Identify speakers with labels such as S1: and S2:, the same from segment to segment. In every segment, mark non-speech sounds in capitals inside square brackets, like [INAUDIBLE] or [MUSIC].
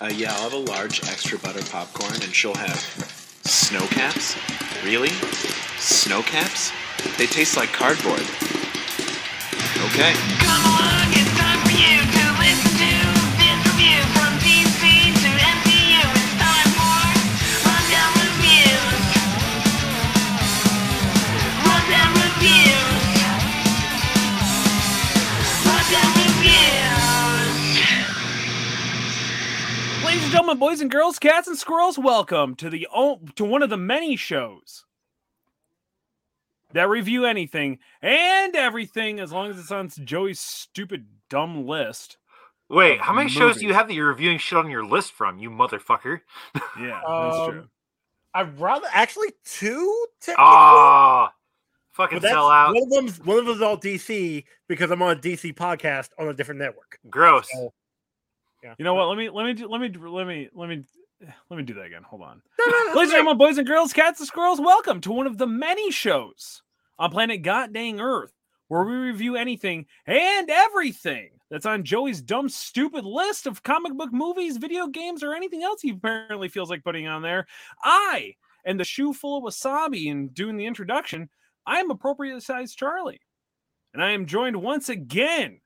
S1: Uh, yeah, I'll have a large extra butter popcorn, and she'll have snow caps. Really? Snow caps? They taste like cardboard. Okay.
S2: Come along, it's time for you to listen to this review from DC to MCU. It's time for Rundown Reviews. Rundown Reviews. Rundown Reviews.
S3: Ladies and gentlemen, boys and girls, cats and squirrels, welcome to the o- to one of the many shows that review anything and everything as long as it's on Joey's stupid dumb list.
S4: Wait,
S3: of
S4: how many shows do you
S3: movies.
S4: have that you're reviewing shit on your list from, you motherfucker?
S3: Yeah, that's
S5: Um,
S3: true.
S5: I'd rather actually two. Technically,
S4: Ah, fucking
S5: but that's,
S4: sell out.
S5: one of them's one of them's all DC because I'm on a DC podcast on a
S3: [LAUGHS]
S5: different network.
S4: Gross.
S5: so- Yeah,
S3: You know what? Let me let me do, let me do- let me let me let me do that again. Hold on. [LAUGHS]
S5: [LAUGHS]
S3: Ladies and gentlemen, boys and girls, cats and squirrels, welcome to one of the many shows on planet God dang Earth where we review anything and everything that's on Joey's dumb, stupid list of comic book movies, video games, or anything else he apparently feels like putting on there. I and the shoe full of wasabi and doing the introduction, I am appropriate sized Charlie. And I am joined once again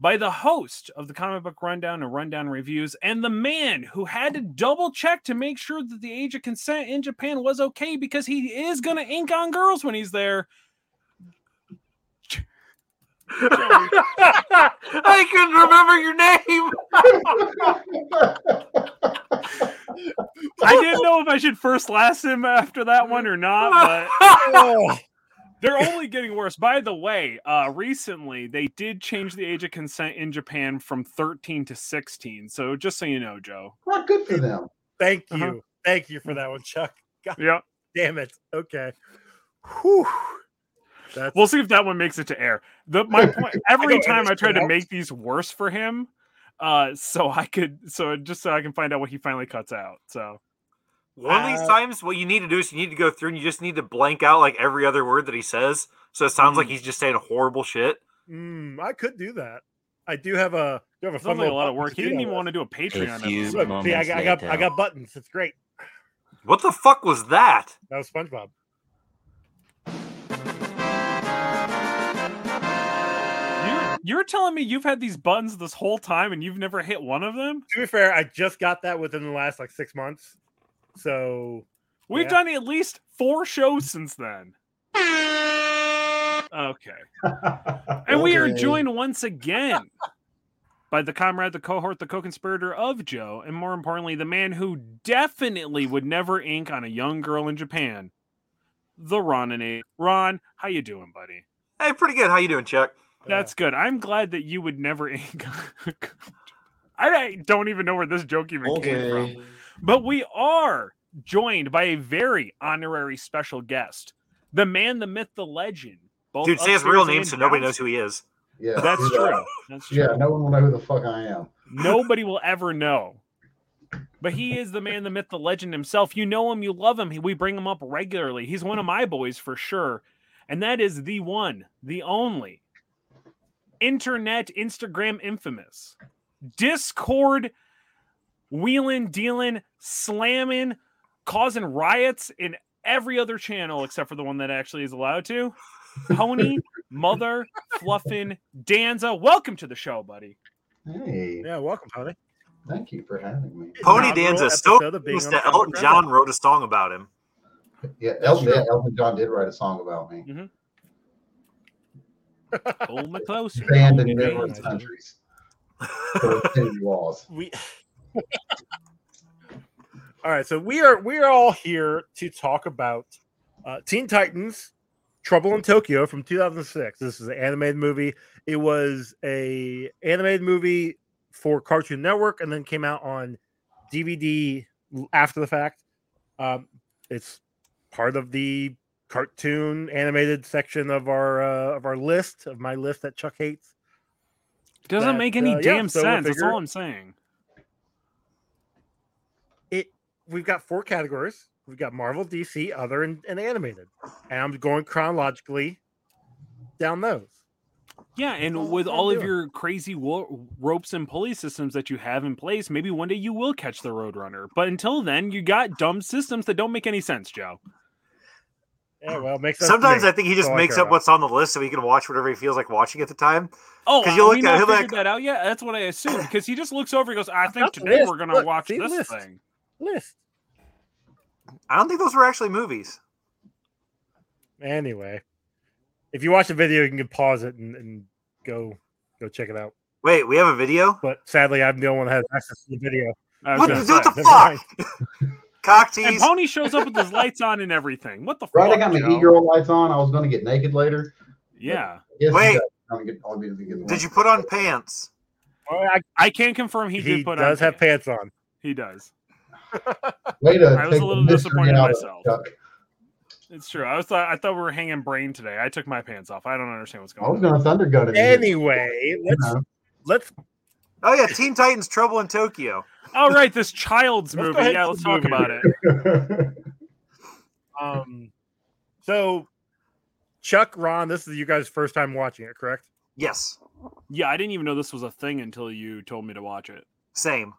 S3: by the host of the comic book rundown and rundown reviews and the man who had to double check to make sure that the age of consent in japan was okay because he is going to ink on girls when he's there
S4: I couldn't remember your name.
S3: i didn't know if i should first last him after that one or not but
S5: Oh, [LAUGHS]
S3: They're only getting worse. By the way, uh, recently they did change the age of consent in Japan from 13 to 16. So just so you know, Joe.
S6: Not good for them.
S5: thank you,
S3: Uh-huh.
S5: thank you for that one, Chuck.
S3: Yeah.
S5: Damn it. Okay. Whew. That's
S3: We'll see if that one makes it to air. The
S5: [LAUGHS]
S3: my point every
S5: I don't
S3: time I try to
S5: understand.
S3: make these worse for him, uh, so I could so just so I can find out what he finally cuts out. So
S4: One of these
S5: Uh,
S4: times, what you need to do is you need to go through and you just need to blank out like every other word that he says. So it sounds like
S5: Mm-hmm.
S3: Mm.
S4: he's just saying horrible shit.
S5: Mm, I could do that. I do have a do have a
S3: it's
S5: fun
S3: only a lot of
S5: button
S3: work.
S5: to
S3: He
S5: do
S3: didn't
S5: that
S3: even
S5: with.
S3: want to do a Patreon
S7: few
S3: episode.
S5: Look, see, I,
S7: moments
S5: got- I got I
S7: later.
S5: got buttons. It's great.
S4: What the fuck was that?
S5: That was SpongeBob.
S3: You, you're telling me you've had these buttons this whole time and you've never hit one of them?
S5: To be fair, I just got that within the last like six months. So
S3: We've
S5: Yeah.
S3: done at least four shows since then. Okay. And we are
S6: Okay.
S3: joined once again by the comrade, the cohort, the co conspirator of Joe, and more importantly, the man who definitely would never ink on a young girl in Japan. The Ron and A. Ron, how you doing, buddy?
S4: Hey, pretty good. How you doing, Chuck?
S3: That's good. I'm glad that you would never [LAUGHS] ink. on- I don't even know where this joke even came from.
S7: Okay.
S3: But we are joined by a very honorary special guest, the man, the myth, the legend. Both
S4: Dude, say his
S3: upstairs
S4: real name
S3: and
S4: so nobody knows who he is.
S6: Yeah,
S3: downstairs. That's
S6: yeah.
S3: true. That's true.
S6: Yeah, no one will know who the fuck I am.
S3: Nobody will ever know. But he is the man, the myth, the legend himself. You know him, you love him. We bring him up regularly. He's one of my boys for sure. And that is the one, the only internet Instagram infamous Discord wheeling, dealing, slamming, causing riots in every other channel except for the one that actually is allowed to. Pony, mother, fluffin, Danza. Welcome to the show, buddy.
S6: Hey,
S5: yeah, welcome, Tony.
S6: thank you for having me.
S4: Pony
S5: Inaugural
S4: Danza is so
S5: episode of being
S4: close
S5: on the
S4: that Elton
S5: Comic
S4: John wrote a song about him.
S6: Yeah,
S5: That's
S6: Elton,
S5: true.
S6: yeah, Elton John did write a song about me.
S3: Hold me closer.
S6: Banned
S3: Hold me
S6: in numerous
S3: closer.
S6: countries for hidden laws.
S5: we
S4: [LAUGHS]
S5: all right so we are we are all here to talk about uh, teen titans trouble in tokyo from 2006 this is an animated movie it was a animated movie for cartoon network and then came out on dvd l- after the fact um, it's part of the cartoon animated section of our uh, of our list of my list that chuck hates
S3: Doesn't
S5: that,
S3: make any
S5: uh, yeah,
S3: damn
S5: so we'll
S3: sense. That's
S5: figure-
S3: all I'm saying.
S5: it we've got four categories. We've got Marvel, DC, other, and, and animated. And I'm going chronologically down those.
S3: Yeah, and
S5: all
S3: with
S5: I'm
S3: all of
S5: doing.
S3: your crazy wo- ropes and pulley systems that you have in place, maybe one day you will catch the Roadrunner. But until then, you got dumb systems that don't make any sense, Joe.
S5: Yeah, well, it makes sense to
S7: Sometimes
S5: me.
S7: I think he
S5: That's
S7: just
S5: all I
S7: makes
S5: care
S7: up what's on the list so he can watch whatever he feels like watching at the time.
S3: Oh,
S7: 'Cause
S3: uh,
S7: you
S3: we
S7: look
S3: not
S7: at- he'll be
S3: figured that out yet. That's what I assumed because he just looks over and goes, "I think
S5: got the
S3: today
S5: list.
S3: we're gonna
S5: Look,
S3: watch
S5: see the
S3: this
S5: list.
S3: thing."
S5: list.
S7: I don't think those were actually movies.
S5: Anyway, if you watch the video, you can pause it and, and go go check it out.
S7: Wait, we have a video?
S5: But sadly, I'm the only one that has access to the video.
S3: I was
S7: What,
S3: gonna
S7: the-
S3: say.
S7: what the
S5: Never mind. [LAUGHS]
S7: fuck? Cock
S3: And
S7: tease.
S3: Pony shows up with his lights on and everything. What the
S6: Right,
S3: fuck?
S6: I got my
S3: Joe?
S6: e-girl lights on. I was going to get naked later.
S3: Yeah,
S6: Yes,
S7: Wait.
S6: I'm gonna get, I'll be, get the
S7: Did you put on pants?
S5: Well, I-
S3: I can confirm he,
S5: he
S3: did put
S5: does
S3: on.
S5: have pants on.
S3: he does.
S6: Way to
S3: I was
S6: take
S3: a
S6: the
S3: little
S6: mystery
S3: disappointed
S6: out of
S3: myself.
S6: Chuck.
S3: It's true. I was thought I thought we were hanging brain today. I took my pants off. I don't understand what's
S6: I was
S3: going on.
S6: going to thunder gun it.
S5: Anyway,
S6: You
S5: let's
S6: know,
S5: let's
S7: Oh yeah, Teen Titans Trouble in Tokyo.
S3: All right, this child's
S5: Let's go
S3: movie.
S5: ahead
S3: yeah,
S5: to
S3: let's
S5: the
S3: talk
S5: movie.
S3: about it.
S5: um. So, Chuck, Ron, this is you guys' first time watching it, correct?
S7: Yes,
S3: Yeah, I didn't even know this was a thing until you told me to watch it.
S7: same.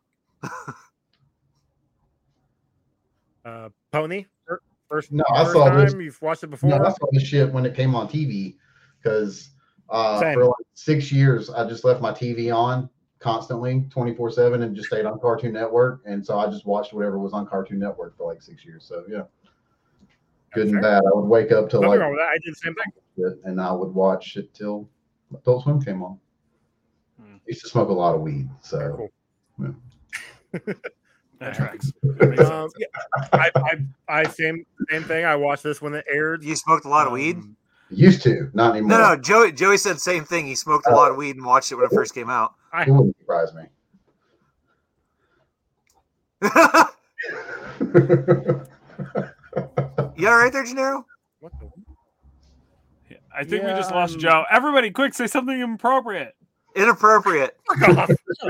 S5: Uh, Pony, fir- first
S6: No, I
S5: first
S6: saw
S5: time
S6: this.
S5: you've watched it before.
S6: no, I saw this shit when it came on TV because uh,
S5: Same.
S6: for like six years I just left my TV on constantly, twenty four seven, and just stayed on Cartoon Network, and so I just watched whatever was on Cartoon Network for like six years. So yeah, good and
S5: Fair.
S6: bad. I would wake up till
S5: Nothing
S6: like
S5: wrong with that. I did the same thing.
S6: it, and I would watch it till Adult Swim came on.
S3: Hmm.
S6: Used to smoke a lot of weed, so. [LAUGHS]
S5: Cool.
S3: That
S5: Yeah.
S3: tracks. That makes
S5: Um,
S3: sense.
S5: yeah, I, I, I same same thing. I watched this when it aired.
S7: You smoked a lot of weed.
S5: Um,
S6: Used to, not anymore.
S7: No, no. Joey Joey said same thing. He smoked a lot of weed and watched it when it first came out. [LAUGHS]
S6: It wouldn't surprise me. [LAUGHS]
S7: you all right there, Gennaro?
S5: what the-
S3: Yeah, I think we just
S5: yeah,
S3: lost
S5: um,
S3: Joe. Everybody, quick, say something inappropriate.
S7: Inappropriate.
S5: [LAUGHS]
S6: [LAUGHS]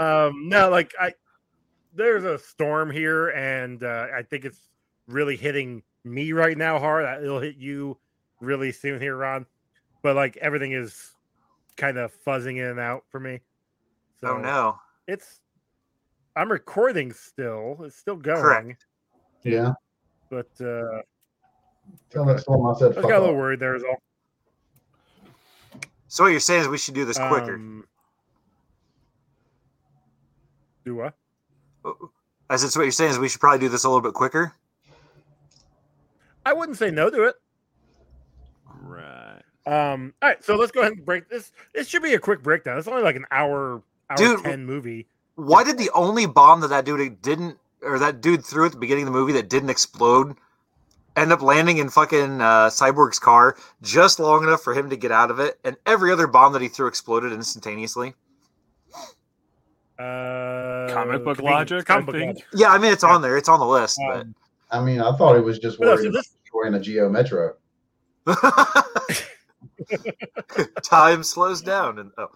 S5: um, no, like I, there's a storm here, and uh, I think it's really hitting me right now hard. I- It'll hit you really soon here, Ron. But like everything is kind of fuzzing in and out for me. So
S7: Oh no.
S5: it's I'm recording still. It's still going,
S7: Correct.
S6: yeah,
S5: but uh,
S6: tell that storm I said.
S5: I
S6: Fuck
S5: was got a little
S6: off.
S5: worried there. Is all
S7: So what you're saying is we should do this quicker.
S5: Um, do what?
S7: I said so what you're saying is we should probably do this a little bit quicker.
S5: I wouldn't say no to it.
S3: Right.
S5: Um, all right, so let's go ahead and break this. This should be a quick breakdown. It's only like an hour, hour
S7: Dude,
S5: ten movie.
S7: Why did the only bomb that that dude didn't, or that dude threw at the beginning of the movie that didn't explode, end up landing in fucking uh, Cyborg's car just long enough for him to get out of it, and every other bomb that he threw exploded instantaneously?
S5: Uh,
S3: Comic book
S5: convenience-
S3: logic, I
S5: Comic book
S3: think.
S5: logic.
S7: Yeah, I mean it's on there, it's on the list,
S5: Um,
S6: I mean, I thought he was just
S5: What else
S6: worried
S5: is
S6: about
S5: this?
S6: destroying a Geo Metro.
S3: Um.
S7: but [LAUGHS] time slows down, and oh,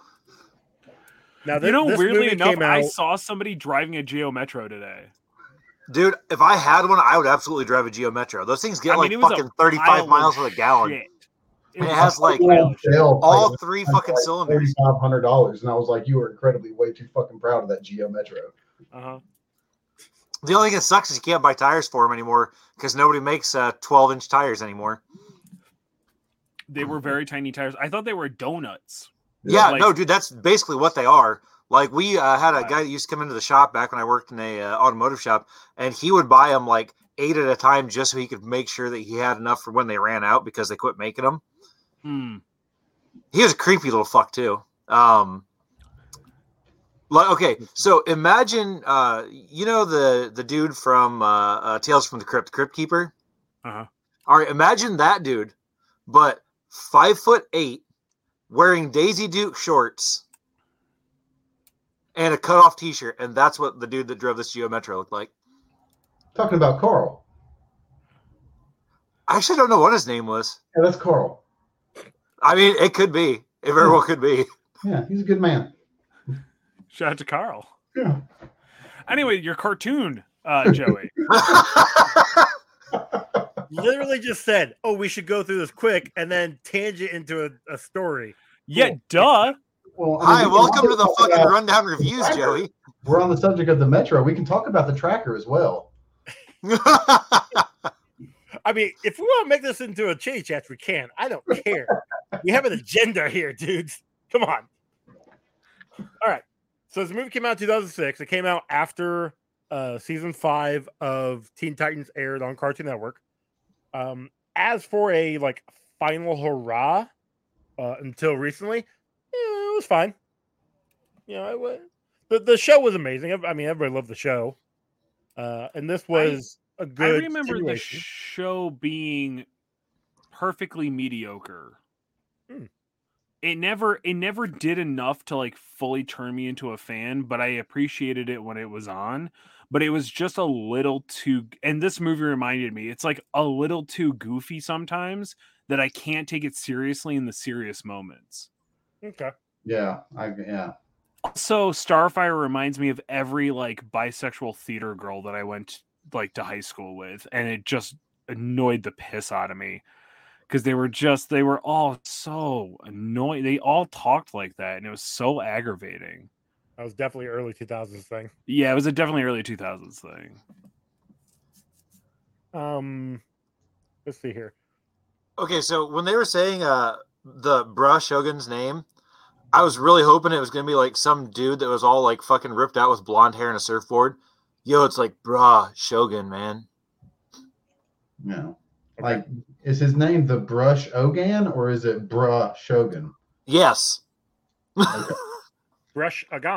S5: Now, this,
S3: You know,
S5: this
S3: weirdly
S5: movie
S3: enough,
S5: came
S3: I
S5: out-
S3: saw somebody driving a Geo Metro today.
S7: dude, if I had one, I would absolutely drive a Geo Metro. Those things get
S3: I mean, it
S7: like
S3: was a
S7: fucking thirty-five miles to the gallon.
S3: Shit. It
S7: And it
S3: was-
S7: has like all three fucking cylinders.
S6: Thirty-five hundred dollars, and I was like, "You were incredibly way too fucking proud of that Geo Metro."
S3: uh-huh.
S7: The only thing that sucks is you can't buy tires for them anymore because nobody makes uh, 12 inch tires anymore.
S3: They were very tiny tires. I thought they were donuts.
S7: Yeah,
S3: like-
S7: no, dude, that's basically what they are. Like we uh, had a
S3: Right.
S7: guy that used to come into the shop back when I worked in a uh, automotive shop, and he would buy them like eight at a time just so he could make sure that he had enough for when they ran out because they quit making them.
S3: Hmm.
S7: He was a creepy little fuck too. Um, like okay, so imagine uh, you know the the dude from uh, uh, Tales from the Crypt, Crypt Keeper.
S3: Uh-huh.
S7: All right, imagine that dude, but five foot eight, wearing Daisy Duke shorts and a cut off T-shirt, and that's what the dude that drove this Geo Metro looked like.
S6: Talking about Carl.
S7: I actually don't know what his name was.
S6: Yeah, that's Carl.
S7: I mean, it could be. It very well could be. [LAUGHS]
S6: Yeah, he's a good man.
S3: Shout out to Carl.
S6: Yeah.
S3: Anyway, your cartoon, uh, Joey.
S5: literally just said, "Oh, we should go through this quick," and then tangent into a, a story.
S3: Yeah, duh.
S6: Well,
S7: Hi,
S6: I mean, we can
S7: welcome to
S6: also
S7: the
S6: talk
S7: fucking
S6: about-
S7: rundown reviews, Joey.
S6: We're on the subject of the Metro. We can talk about the tracker as well.
S5: I mean, if we want to make this into a chitty chat, we can. I
S3: [LAUGHS]
S5: don't care. we have an agenda here, dudes. Come on. All right. So this movie came out in 2006. It came out after uh, season five of Teen Titans aired on Cartoon Network. Um, as for a like final hurrah, uh, until recently, yeah, it was fine. You know, it was, the the show was amazing. I I mean, everybody loved the show, uh, and this was a
S3: I
S5: good.
S3: remember the
S5: continuation.
S3: show being perfectly mediocre.
S5: Hmm.
S3: It never it never did enough to like fully turn me into a fan, but I appreciated it when it was on. But it was just a little too and this movie reminded me, it's like a little too goofy sometimes that I can't take it seriously in the serious moments.
S5: Okay.
S6: Yeah, I yeah.
S3: Also, Starfire reminds me of every like bisexual theater girl that I went like to high school with, and it just annoyed the piss out of me because they were just they were all so annoying. They all talked like that, and it was so aggravating.
S5: That was definitely early 2000s thing.
S3: Yeah, it was a definitely early two thousands thing.
S5: Um, let's see here.
S7: okay, so when they were saying uh, the Bruh Shogun's name, I was really hoping it was going to be like some dude that was all like fucking ripped out with blonde hair and a surfboard. Yo, it's like Bruh Shogun, man.
S6: No. Like, is his name the Brush Ogan or is it Bruh Shogun?
S7: Yes.
S5: Brush Agon.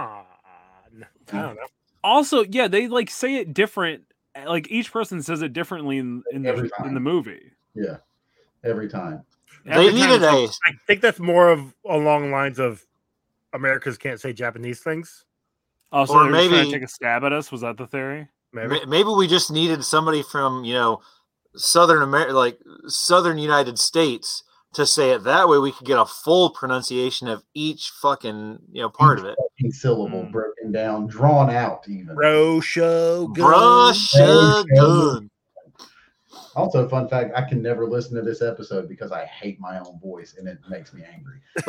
S5: I don't know.
S3: Also, yeah, they like say it different. Like each person says it differently in, in the
S6: Every
S3: in
S6: time.
S3: the movie.
S6: Yeah, every time.
S3: Every
S7: they
S3: time
S7: needed
S3: it's like,
S7: a
S5: I think that's more of along the lines of Americans can't say Japanese things.
S3: oh, so they
S7: or
S3: were just trying
S7: maybe-
S3: to take a stab at us. Was that the theory?
S5: Maybe.
S7: May- Maybe we just needed somebody from you know southern America, like southern United States, to say it that way. We could get a full pronunciation of each fucking you know part of it.
S6: Fucking syllable
S3: Mm.
S6: broken down, drawn out even.
S5: Bro, show,
S7: Russia gun.
S6: Also, fun fact: I can never listen to this episode because I hate my own voice and it makes me angry.
S7: [LAUGHS]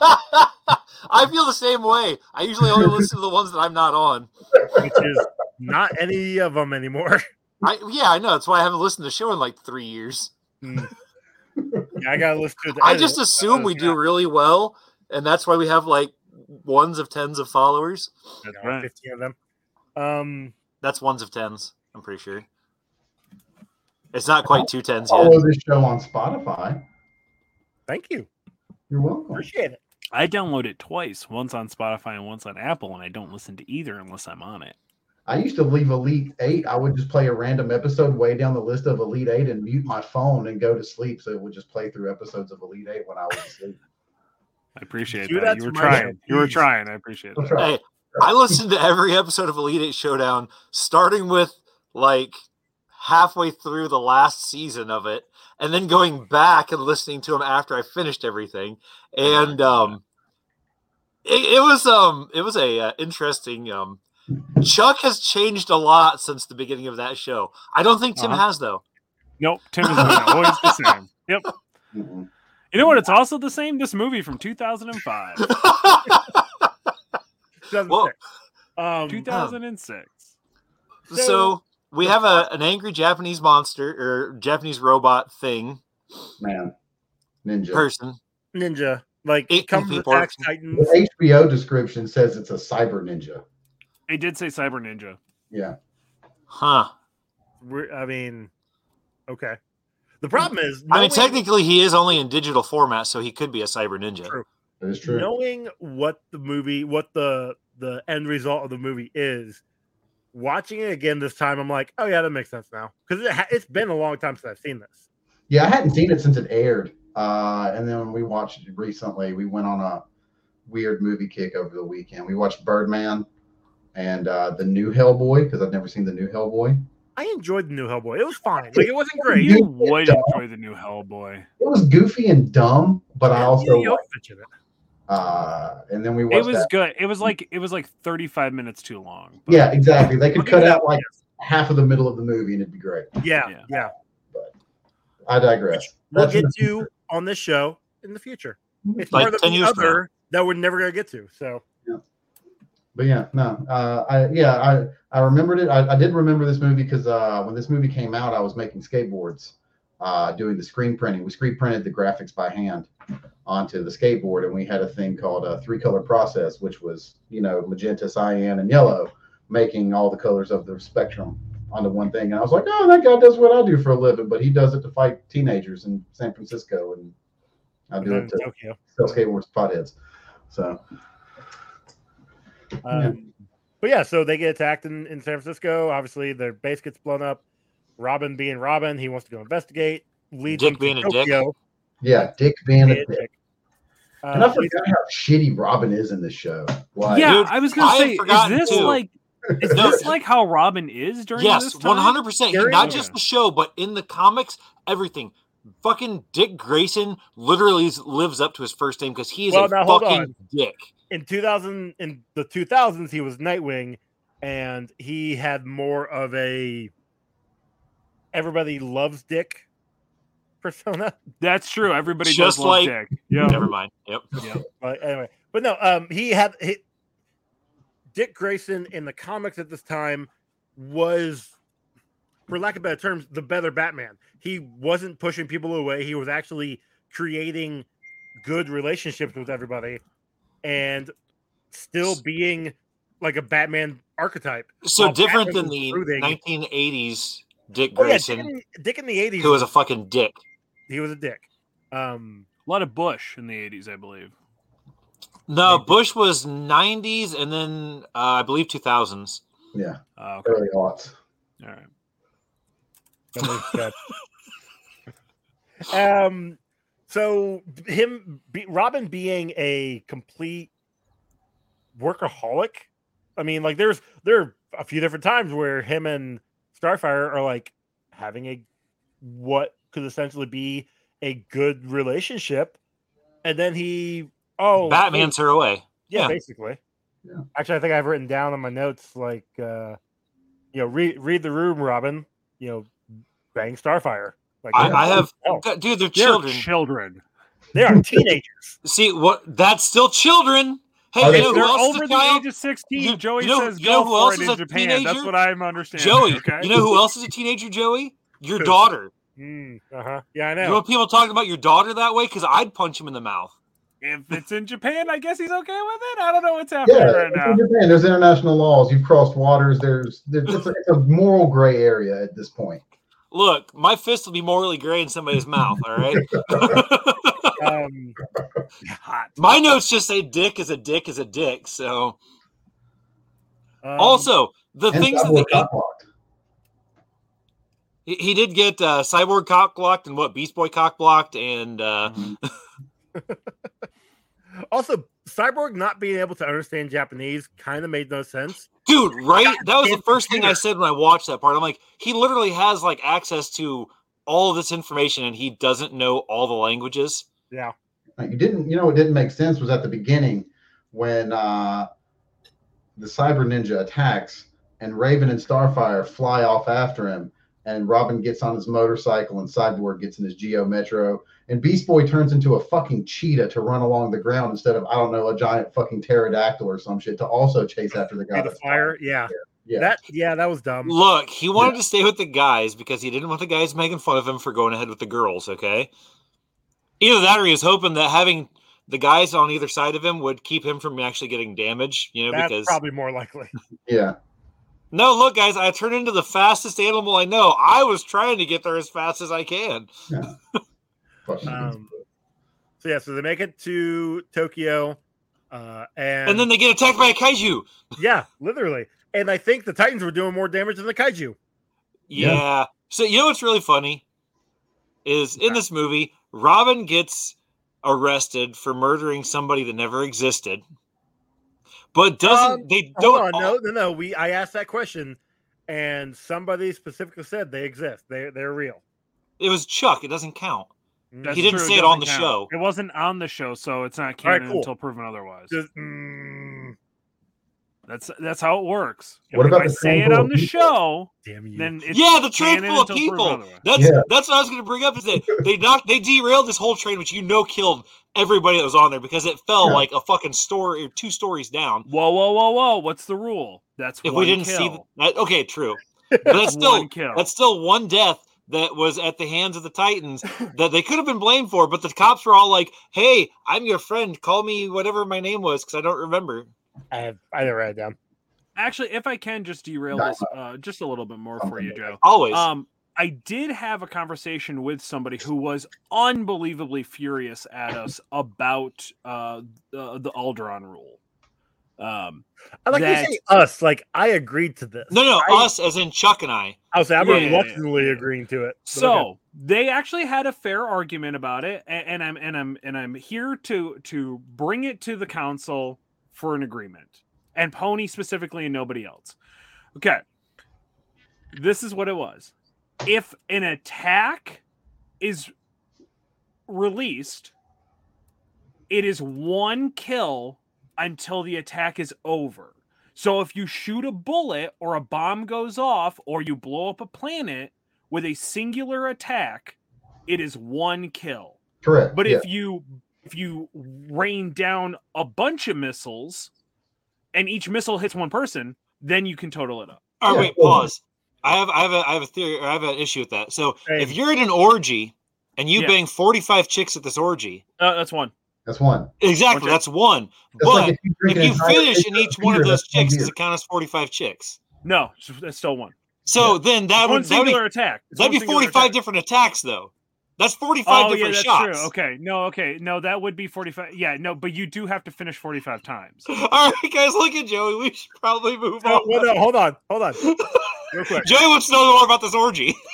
S7: I feel the same way. I usually only listen to the ones that I'm not on.
S5: which is not any of them anymore. [LAUGHS]
S7: I yeah, I know. That's why I haven't listened to the show in like three years.
S5: Yeah, I gotta listen to the
S7: I
S5: edit.
S7: just assume we do really well, and that's why we have like ones of tens of followers.
S5: That's
S3: right.
S5: 15 of them. Um,
S7: That's ones of tens. I'm pretty sure. It's not quite two tens yet.
S6: Follow this show on Spotify.
S5: thank you.
S6: You're welcome.
S5: Appreciate it.
S3: I download it twice, once on Spotify and once on Apple, and I don't listen to either unless I'm on it.
S6: I used to leave Elite Eight. I would just play a random episode way down the list of Elite Eight and mute my phone and go to sleep, so it would just play through episodes of Elite Eight when I was asleep.
S3: I appreciate
S5: Dude,
S3: that.
S5: that's
S3: You were
S5: my
S3: trying. You were
S5: piece.
S3: trying. I appreciate
S6: That's
S3: that.
S6: right.
S7: Hey, I listened to every episode of Elite Eight Showdown, starting with like halfway through the last season of it, and then going back and listening to them after I finished everything. And um, it, it was um, it was a uh, interesting um. Chuck has changed a lot since the beginning of that show. I don't think Tim
S3: Uh-huh.
S7: has though.
S3: Nope. Tim is
S7: [LAUGHS]
S3: always the same. Yep.
S6: Mhm.
S3: You know what? It's also the same. This movie from 2005,
S7: Um, Well,
S5: 2006. Um,
S3: 2006.
S7: So,
S5: So-
S7: we have a, an angry Japanese monster or Japanese robot thing
S6: Man, Ninja.
S7: person.
S5: Ninja. Like,
S7: Eight
S5: it comes
S7: people.
S5: attacks Titans.
S6: The HBO description says it's a cyber ninja.
S3: It did say Cyber Ninja.
S6: Yeah.
S7: Huh.
S5: We're, I mean, okay. The problem is,
S7: I mean,
S5: knowing-
S7: technically, he is only in digital format, so he could be a cyber ninja.
S5: True.
S6: That is true.
S5: knowing what the movie, what the the end result of the movie is, watching it again this time, I'm like, oh yeah, that makes sense now because it ha- it's been a long time since I've seen this.
S6: Yeah, I hadn't seen it since it aired. Uh, and then when we watched it recently, we went on a weird movie kick over the weekend. We watched Birdman and uh, the new Hellboy because I've never seen the new Hellboy.
S5: I enjoyed the new Hellboy. It was fine. Like it wasn't great.
S3: You would enjoy the new Hellboy.
S6: It was goofy and dumb, but I
S5: Yeah,
S6: also
S5: you outfit in it.
S6: uh, and then we
S3: It
S6: watched
S3: was
S6: that.
S3: good. It was like it was like 35 minutes too long. but-
S6: Yeah, exactly. They
S5: I'll
S6: could
S5: give
S6: cut
S5: you that.
S6: out like half of the middle of the movie and it'd be great.
S5: Yeah,
S3: Yeah.
S5: yeah.
S6: But I digress.
S5: we'll
S6: That's
S5: get
S6: an-
S5: to on this show in the future. It's
S7: Like
S5: part of
S7: 10
S5: the
S7: years from now.
S5: other that we're never going to get to. So
S6: But yeah, no, uh, I yeah, I I remembered it. I, I did remember this movie because uh, when this movie came out, I was making skateboards, uh, doing the screen printing. We screen printed the graphics by hand onto the skateboard, and we had a thing called a three color process, which was you know magenta, cyan, and yellow, making all the colors of the spectrum onto one thing. And I was like, oh, that guy does what I do for a living, but he does it to fight teenagers in San Francisco, and I do
S5: and then
S6: it to
S5: Tokyo.
S6: sell skateboards, to potheads. So
S5: Um, But yeah, so they get attacked in, in San Francisco. Obviously, their base gets blown up. Robin being Robin, he wants to go investigate. Leads
S7: Dick
S5: them
S7: being
S5: to
S7: a dick.
S5: Tokyo.
S6: yeah, Dick Van.
S5: Being a dick. Uh,
S6: And I
S5: leads-
S6: forgot how shitty Robin is in this show. Like,
S3: yeah,
S7: Dude,
S3: I was gonna
S7: I had
S3: say, is
S7: forgotten
S3: this
S7: too.
S3: like is
S7: No.
S3: this like how Robin is during this
S7: Yes,
S3: time?
S7: one hundred percent.
S5: During-
S7: Not just the show, but in the comics, everything. Fucking Dick Grayson literally is- lives up to his first name because he is
S5: Well,
S7: a
S5: now, hold
S7: fucking
S5: on.
S7: dick.
S5: in 2000 in the 2000s he was nightwing and he had more of a everybody loves dick persona
S3: That's true. Everybody
S7: Just
S3: does love
S7: like-
S3: Dick. Yeah.
S7: Never mind. Yep.
S5: but anyway but no um he had he, dick grayson in the comics at this time was for lack of better terms the better batman he wasn't pushing people away he was actually creating good relationships with everybody and still being like a batman archetype
S7: So
S5: Well,
S7: different
S5: Batman
S7: than the
S5: was brooding.
S7: nineteen eighties Dick
S5: oh yeah dick
S7: Grayson,
S5: in, dick in the 80s
S7: who was a fucking dick.
S5: he was a dick um
S3: A lot of Bush in the eighties, I believe.
S7: No,
S5: Maybe.
S7: Bush was nineties and then uh, I believe two thousands.
S6: yeah,
S3: Oh, okay.
S6: early aughts.
S3: All right.
S5: That was good. [LAUGHS] um, so him, be, Robin being a complete workaholic. I mean, like there's there are a few different times where him and Starfire are like having a what could essentially be a good relationship, and then he oh
S7: Batman's her away.
S5: yeah,
S7: yeah.
S5: Oh, basically.
S6: Yeah.
S5: Actually, I think I've written down on my notes like, uh, you know, read read the room, Robin. You know, bang Starfire. Like
S7: I,
S5: yeah.
S7: I have
S5: Oh.
S7: God, dude, they're
S3: They're
S7: children.
S3: children.
S5: they are teenagers.
S7: See what that's still children. Hey,
S6: Are
S7: you
S6: they-
S7: know
S3: If
S7: who
S3: they're
S7: else is
S3: over
S7: a
S3: the
S7: child?
S3: age of sixteen,
S7: You-
S3: Joey
S7: you know-
S3: says
S7: you know
S3: go
S7: who else
S3: for
S7: is
S3: it
S7: a
S3: in Japan.
S7: teenager?
S3: That's what I'm understanding.
S7: Joey,
S3: okay?
S7: you know who else is a teenager, Joey? Your
S5: Who?
S7: daughter.
S5: Mm, uh huh. Yeah, I know.
S7: You want people talking about your daughter that way? Because I'd punch him in the mouth.
S3: if it's in Japan, I guess he's okay with it. I don't know what's happening
S6: Yeah,
S3: right
S6: it's
S3: now.
S6: in Japan, there's international laws. You've crossed waters. There's, there's it's, a, it's a moral gray area at this point.
S7: Look, my fist will be morally gray in somebody's mouth. All right.
S5: um, hot.
S7: [LAUGHS] my notes just say dick is a dick is a dick. So
S5: Um,
S7: also the
S6: And
S7: things that
S6: Cyborg
S7: they
S6: got blocked.
S7: he, he did get uh, cyborg cock blocked and what Beast Boy cock blocked and uh,
S5: also Cyborg not being able to understand Japanese kind of made no sense.
S7: dude right that was the
S5: Goddamn
S7: first thing i
S5: computer.
S7: said when i watched that part i'm like he literally has like access to all of this information and he doesn't know all the languages
S5: Yeah.
S6: Like, you didn't, you know, what didn't make sense was at the beginning when uh, the cyber ninja attacks and Raven and Starfire fly off after him, and Robin gets on his motorcycle and Cyborg gets in his Geo Metro, and Beast Boy turns into a fucking cheetah to run along the ground instead of I don't know a giant fucking pterodactyl or some shit to also chase after the guy.
S5: Be the
S6: that's
S5: fire.
S6: firing.
S5: Yeah.
S6: Yeah.
S5: That. Yeah, that was dumb.
S7: look he wanted to stay with the guys because he didn't want the guys making fun of him for going ahead with the girls okay either that or he was hoping that having the guys on either side of him would keep him from actually getting damaged you know
S5: That's
S7: because
S5: probably more likely.
S6: yeah.
S7: no look guys i turned into the fastest animal i know i was trying to get there as fast as i can
S6: Fucking
S5: Um, so yeah, so they make it to Tokyo, uh, and,
S7: and then they get attacked by a kaiju
S5: yeah, literally. And I think the Titans were doing more damage than the kaiju.
S7: Yeah.
S6: Yeah.
S7: So you know what's really funny is in this movie, Robin gets arrested for murdering somebody that never existed, but doesn't
S5: Um,
S3: oh,
S7: they
S5: Hold
S7: don't
S5: on, no, no, no. We I asked that question, and somebody specifically said they exist. They they're real.
S7: It was Chuck. It doesn't count.
S5: Mm.
S3: That's
S7: he didn't
S3: true,
S7: say it on the
S3: doesn't
S7: show.
S3: count. It wasn't on the show, so it's not
S5: All right,
S3: canon
S5: cool.
S3: until proven otherwise.
S5: Just, mm,
S3: That's that's how it works.
S5: Yeah,
S6: what
S3: If
S6: about
S3: I
S6: the
S3: say
S6: train
S3: it
S6: full
S3: on
S6: of
S3: the
S6: people?
S3: show,
S5: Damn you!
S3: then it's
S7: yeah, the train
S3: canon
S7: full of
S3: until proven
S7: people.
S3: otherwise.
S7: That's
S6: Yeah.
S7: that's what I was going to bring up. Is that they knocked, they derailed this whole train, which you know killed everybody that was on there because it fell
S6: Yeah.
S7: like a fucking story or two stories down.
S3: Whoa, whoa, whoa, whoa! What's the rule? That's
S7: If
S3: one
S7: we didn't
S3: kill.
S7: see that, okay, true, but
S6: [LAUGHS]
S7: that's still
S3: one kill.
S7: that's still one death that was at the hands of the
S6: [LAUGHS]
S7: Titans that they could have been blamed for, but the cops were all like, "Hey, I'm your friend. Call me whatever my name was because I don't remember."
S5: I have, I didn't write it down.
S3: Actually, if I can just derail this uh, just a little bit more for you, Joe.
S7: Always.
S3: Um, I did have a conversation with somebody who was unbelievably furious at us about uh, the, the Alderon rule. Um,
S5: I like
S3: That-
S5: you say us. Like I agreed to this.
S7: no, no,
S5: I,
S7: us as in Chuck and I.
S5: I was I'm
S3: Yeah, yeah, yeah,
S5: reluctantly
S3: yeah.
S5: agreeing to it. but
S3: so
S5: okay.
S3: they actually had a fair argument about it, a- and, I'm and I'm and I'm here to to bring it to the council for an agreement, and Pony specifically, and nobody else. Okay, this is what it was. If an attack is released, it is one kill until the attack is over. So if you shoot a bullet or a bomb goes off or you blow up a planet with a singular attack, it is one kill.
S6: Correct.
S3: But
S6: yeah.
S3: if you if you rain down a bunch of missiles and each missile hits one person, then you can total it up.
S7: All right,
S6: Yeah,
S7: wait,
S6: totally.
S7: pause. I have, I have, a, I have a theory, or I have an issue with that. So,
S5: Hey.
S7: if you're in an orgy and you
S3: Yeah.
S7: bang 45 chicks at this orgy,
S3: Uh, that's one.
S6: that's one.
S7: exactly,
S3: Okay.
S7: that's one.
S6: That's
S7: but
S6: you,
S7: if
S6: drink an
S7: you
S6: entire
S7: finish
S6: pitcher
S7: in
S6: of [LAUGHS]
S7: each one of
S6: beer,
S7: those
S6: that's one
S7: chicks, does
S6: beer.
S7: it count as 45 chicks?
S3: No, s- that's still one.
S7: So then that
S3: one
S7: would that'd be,
S3: singular attack. It's
S7: that'd
S3: one
S7: be
S3: singular
S7: 45
S3: attack.
S7: different attacks, though. That's 45
S3: Oh yeah,
S7: different
S3: that's
S7: shots.
S3: true. Okay, no, okay, no, that would be forty-five. Yeah, no, but you do have to finish forty-five times.
S7: [LAUGHS] All right, guys, look at Joey. We should probably move
S5: No,
S7: on. [LAUGHS]
S5: well, no, hold on,
S3: [LAUGHS]
S5: hold on, real quick.
S7: Joey wants to know more about this orgy. [LAUGHS]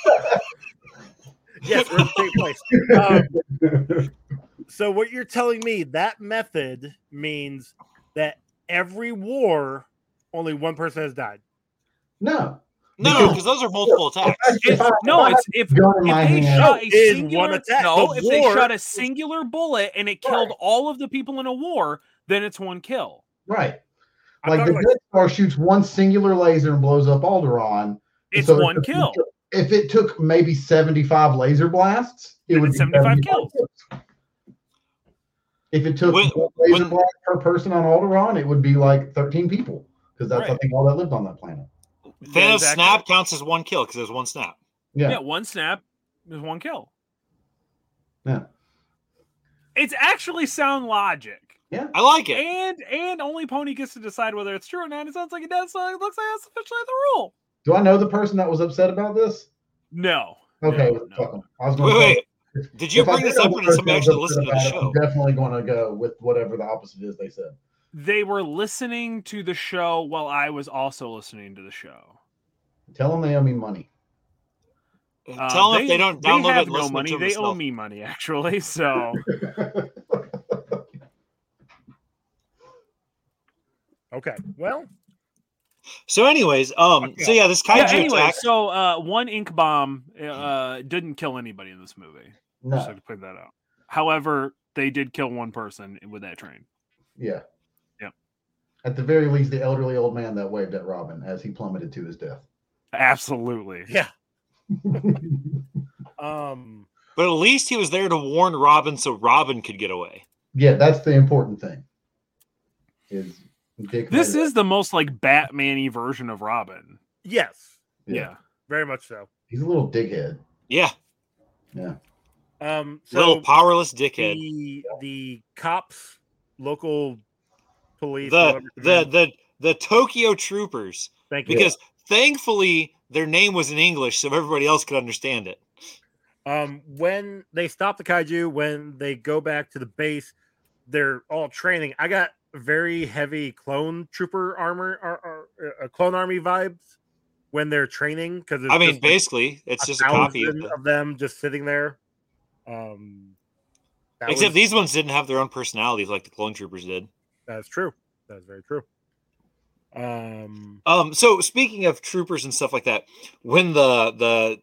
S5: Yes, we're in the same place. Um, so what you're telling me that method means that every war, only one person has died.
S6: [LAUGHS] no.
S7: No, no, because those are multiple attacks.
S6: If I-
S3: It's- no,
S6: if I
S3: it's if
S6: had a gun in my
S3: if they
S6: hand,
S3: shot
S5: No,
S3: a
S5: it is
S3: singular
S5: one attack.
S3: no,
S5: The
S3: if they
S5: war
S3: shot a singular bullet and it killed all of the people in a war, then it's one kill.
S6: right.
S5: I'm
S6: Like the
S5: talking
S6: Death
S5: about-
S6: Star shoots one singular laser and blows up Alderaan.
S3: It's
S6: So
S3: one
S6: if it
S3: kill.
S6: took- If it took maybe 75 laser blasts, it
S3: Then
S6: would
S3: it's
S6: be
S3: 75 kills.
S6: If it took
S7: When-
S6: one laser
S7: when-
S6: blast per person on Alderaan, it would be like 13 people because that's I
S3: Right.
S6: think all that lived on that planet.
S7: Thanos
S3: Yeah, exactly.
S7: snap counts as one kill because there's one snap.
S6: Yeah.
S3: Yeah, one snap is one kill.
S6: Yeah.
S3: It's actually sound logic.
S7: I like it.
S3: And and only Pony gets to decide whether it's true or not. It sounds like it does, so it looks like that's officially the rule.
S6: Do I know the person that was upset about this?
S3: No.
S6: Okay,
S3: No,
S6: fuck
S3: no.
S6: 'em. I was going
S7: Wait,
S6: to say.
S7: wait. Did you
S6: if I
S7: bring
S6: did
S7: this
S6: know
S7: up
S6: the
S7: when
S6: person
S7: somebody
S6: that was
S7: actually listened to
S6: upset
S7: the
S6: about it,
S7: show?
S6: I'm definitely going to go with whatever the opposite is they said.
S3: They were listening to the show while I was also listening to the show.
S6: Tell them they owe me money. [LAUGHS]
S3: Uh,
S7: Tell them if they don't download
S3: have
S7: it,
S3: no
S7: listen
S3: money.
S7: to
S3: they owe
S7: themselves.
S3: me money [LAUGHS] actually. So
S5: Okay, well,
S7: So, anyways, um, so yeah, this kaiju
S3: yeah, anyway,
S7: attack.
S3: so uh, one ink bomb uh, didn't kill anybody in this movie. Just
S6: no,
S3: had to point that out. However, they did kill one person with that train.
S6: yeah,
S3: Yeah.
S6: At the very least, the elderly old man that waved at Robin as he plummeted to his death. [LAUGHS]
S3: Absolutely.
S5: yeah. Um,
S7: But at least he was there to warn Robin so Robin could get away.
S6: yeah, that's the important thing. Is Dick
S3: This
S6: made it.
S3: is the most like Batman-y version of Robin.
S5: yes,
S3: Yeah.
S5: very much so.
S6: he's a little dighead.
S7: Yeah,
S5: Um, so
S7: little powerless dickhead.
S5: the the cops, local police,
S7: The
S5: whatever it's
S7: the
S5: named-
S7: the the Tokyo Troopers
S5: thank you.
S7: because thankfully their name was in English so everybody else could understand it.
S5: Um, when they stop the kaiju, when they go back to the base, they're all training. I got very heavy clone trooper armor or, or uh, clone army vibes when they're training because
S7: I mean, basically, it's just a copy of
S5: thousand
S7: the,
S5: of them just sitting there. Um, that
S7: except
S5: was-
S7: these ones didn't have their own personalities like the clone troopers did.
S5: That's true. That's very true. Um,
S7: Um, so speaking of troopers and stuff like that, when the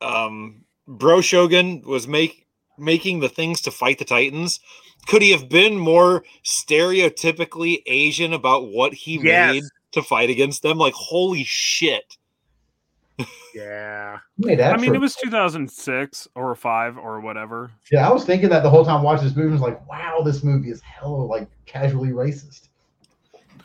S7: the um bro shogun was make making the things to fight the Titans, could he have been more stereotypically Asian about what he
S5: Yes.
S7: made to fight against them? Like, holy shit.
S5: Yeah.
S6: Who made that
S3: I mean,
S6: trip?
S3: it was 2006 or five or whatever.
S6: Yeah, I was thinking that the whole time watching this movie. I was like, wow, this movie is hella like casually racist.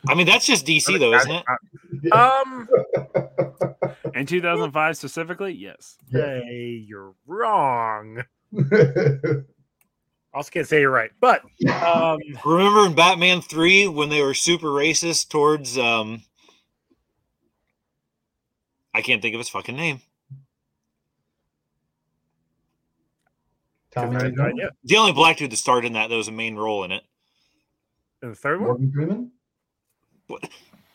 S7: I mean, that's just DC, though, isn't it?
S3: Uh,
S6: [LAUGHS] Yeah.
S5: [LAUGHS] Um,
S3: In 2005 specifically, yes.
S5: hey, you're wrong. I also can't say you're right, but um,
S7: Remember in Batman 3 when they were super racist towards, um, I can't think of his fucking name.
S6: Tom Hardy,
S5: yeah.
S7: The only black dude that starred in that, that was a main role in it.
S5: And the third one,
S6: Morgan Freeman,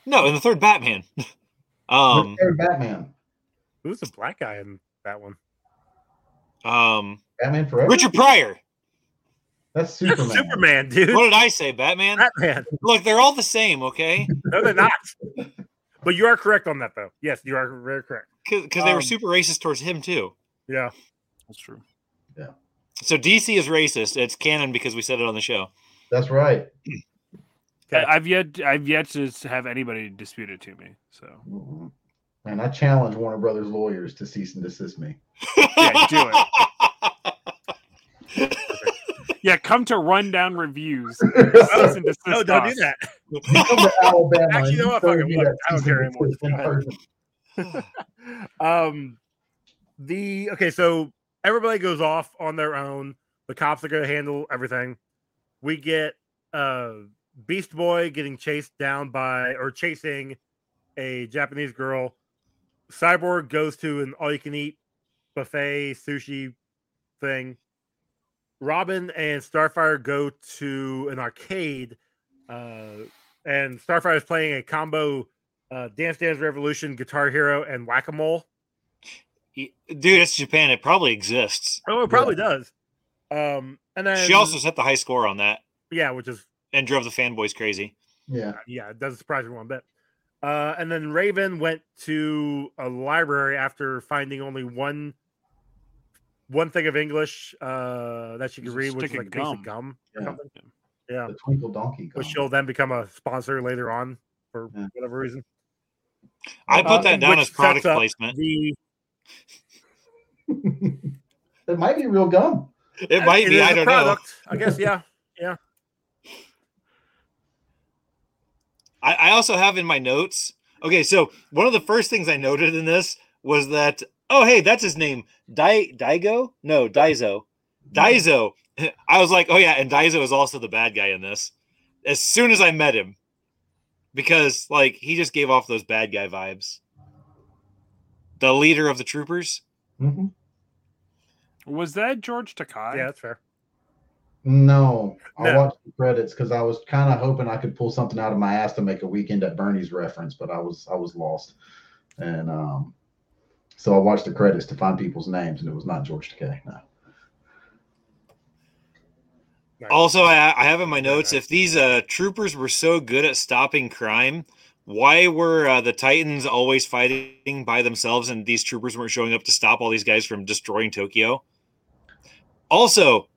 S7: No, in the third Batman. [LAUGHS] um,
S6: Or Batman,
S5: who's the black guy in that one?
S7: um,
S6: Batman Forever.
S7: Richard Pryor.
S5: [LAUGHS]
S6: That's
S5: That's
S6: Superman.
S5: Superman, dude.
S7: What did I say, Batman?
S5: Batman.
S7: Look, they're all the same, okay?
S5: No, they're not. But you are correct on that, though. Yes, you are very correct.
S7: Because they were
S5: Um,
S7: super racist towards him too.
S5: Yeah.
S3: That's true.
S7: So DC is racist. It's canon because we said it on the show.
S6: That's right.
S5: Okay.
S3: I- I've yet I've yet to s- have anybody dispute it to me. So
S6: Mhm. Man, I challenge Warner Brothers lawyers to cease and desist me.
S3: Yeah, do yeah, come to rundown reviews. Cease
S6: [LAUGHS]
S3: and desist
S5: No, don't do
S3: us.
S5: that.
S6: You come to Alabama.
S5: Actually,
S6: and
S5: you know what?
S6: show
S5: Fuck it.
S6: me
S5: Look,
S6: that
S5: I don't
S6: cease
S5: care
S6: and
S5: anymore.
S6: desist
S5: Go
S6: in
S5: ahead.
S6: person.
S5: um the okay so everybody goes off on their own the cops are going to handle everything we get uh beast boy getting chased down by or chasing a japanese girl cyborg goes to an all you can eat buffet sushi thing robin and starfire go to an arcade uh and starfire is playing a combo uh, Dance Dance Revolution, Guitar Hero, and Whack a Mole.
S7: [LAUGHS] Dude, it's Japan. It probably exists.
S5: Oh, it probably does. Um, and then
S7: She also set the high score on that
S5: yeah, which is
S7: and drove the fanboys crazy.
S6: Yeah.
S5: yeah, it doesn't surprise me one bit. Uh, and then Raven went to a library after finding only one one thing of English uh, that she
S3: It was
S5: could
S3: a
S5: read, which is
S3: stick
S5: like
S3: of
S5: a
S3: gum.
S5: piece of gum. or
S6: Yeah.
S5: something. yeah.
S6: The Twinkle Donkey.
S5: Which
S6: Kong.
S5: she'll then become a sponsor later on for
S6: Yeah.
S5: whatever reason.
S7: I put
S5: Uh,
S7: that
S5: and
S7: down
S5: which
S7: as product
S5: sets up [LAUGHS]
S7: placement.
S5: The
S6: [LAUGHS] It might be real gum.
S7: It might be.
S5: is
S7: I
S5: a
S7: don't know.
S5: product, I guess yeah.
S7: I, I also have in my notes. Okay, so one of the first things I noted in this was that oh hey, that's his name. Dai Daigo? No, Daizo. Daizo. [LAUGHS] I was like, oh yeah, and Daizo is also the bad guy in this. As soon as I met him. Because like he just gave off those bad guy vibes. The leader of the troopers.
S6: Mhm.
S3: Was that George Takai?
S5: Yeah, that's fair.
S6: No, I
S5: No.
S6: watched the credits because I was kind of hoping I could pull something out of my ass to make a weekend at Bernie's reference, but I was I was lost, and um, so I watched the credits to find people's names, and it was not George Takei. No.
S7: Also, I, I have in my
S5: Yeah,
S7: notes
S5: nice.
S7: if these uh, troopers were so good at stopping crime, why were uh, the Titans always fighting by themselves and these troopers weren't showing up to stop all these guys from destroying Tokyo? Also,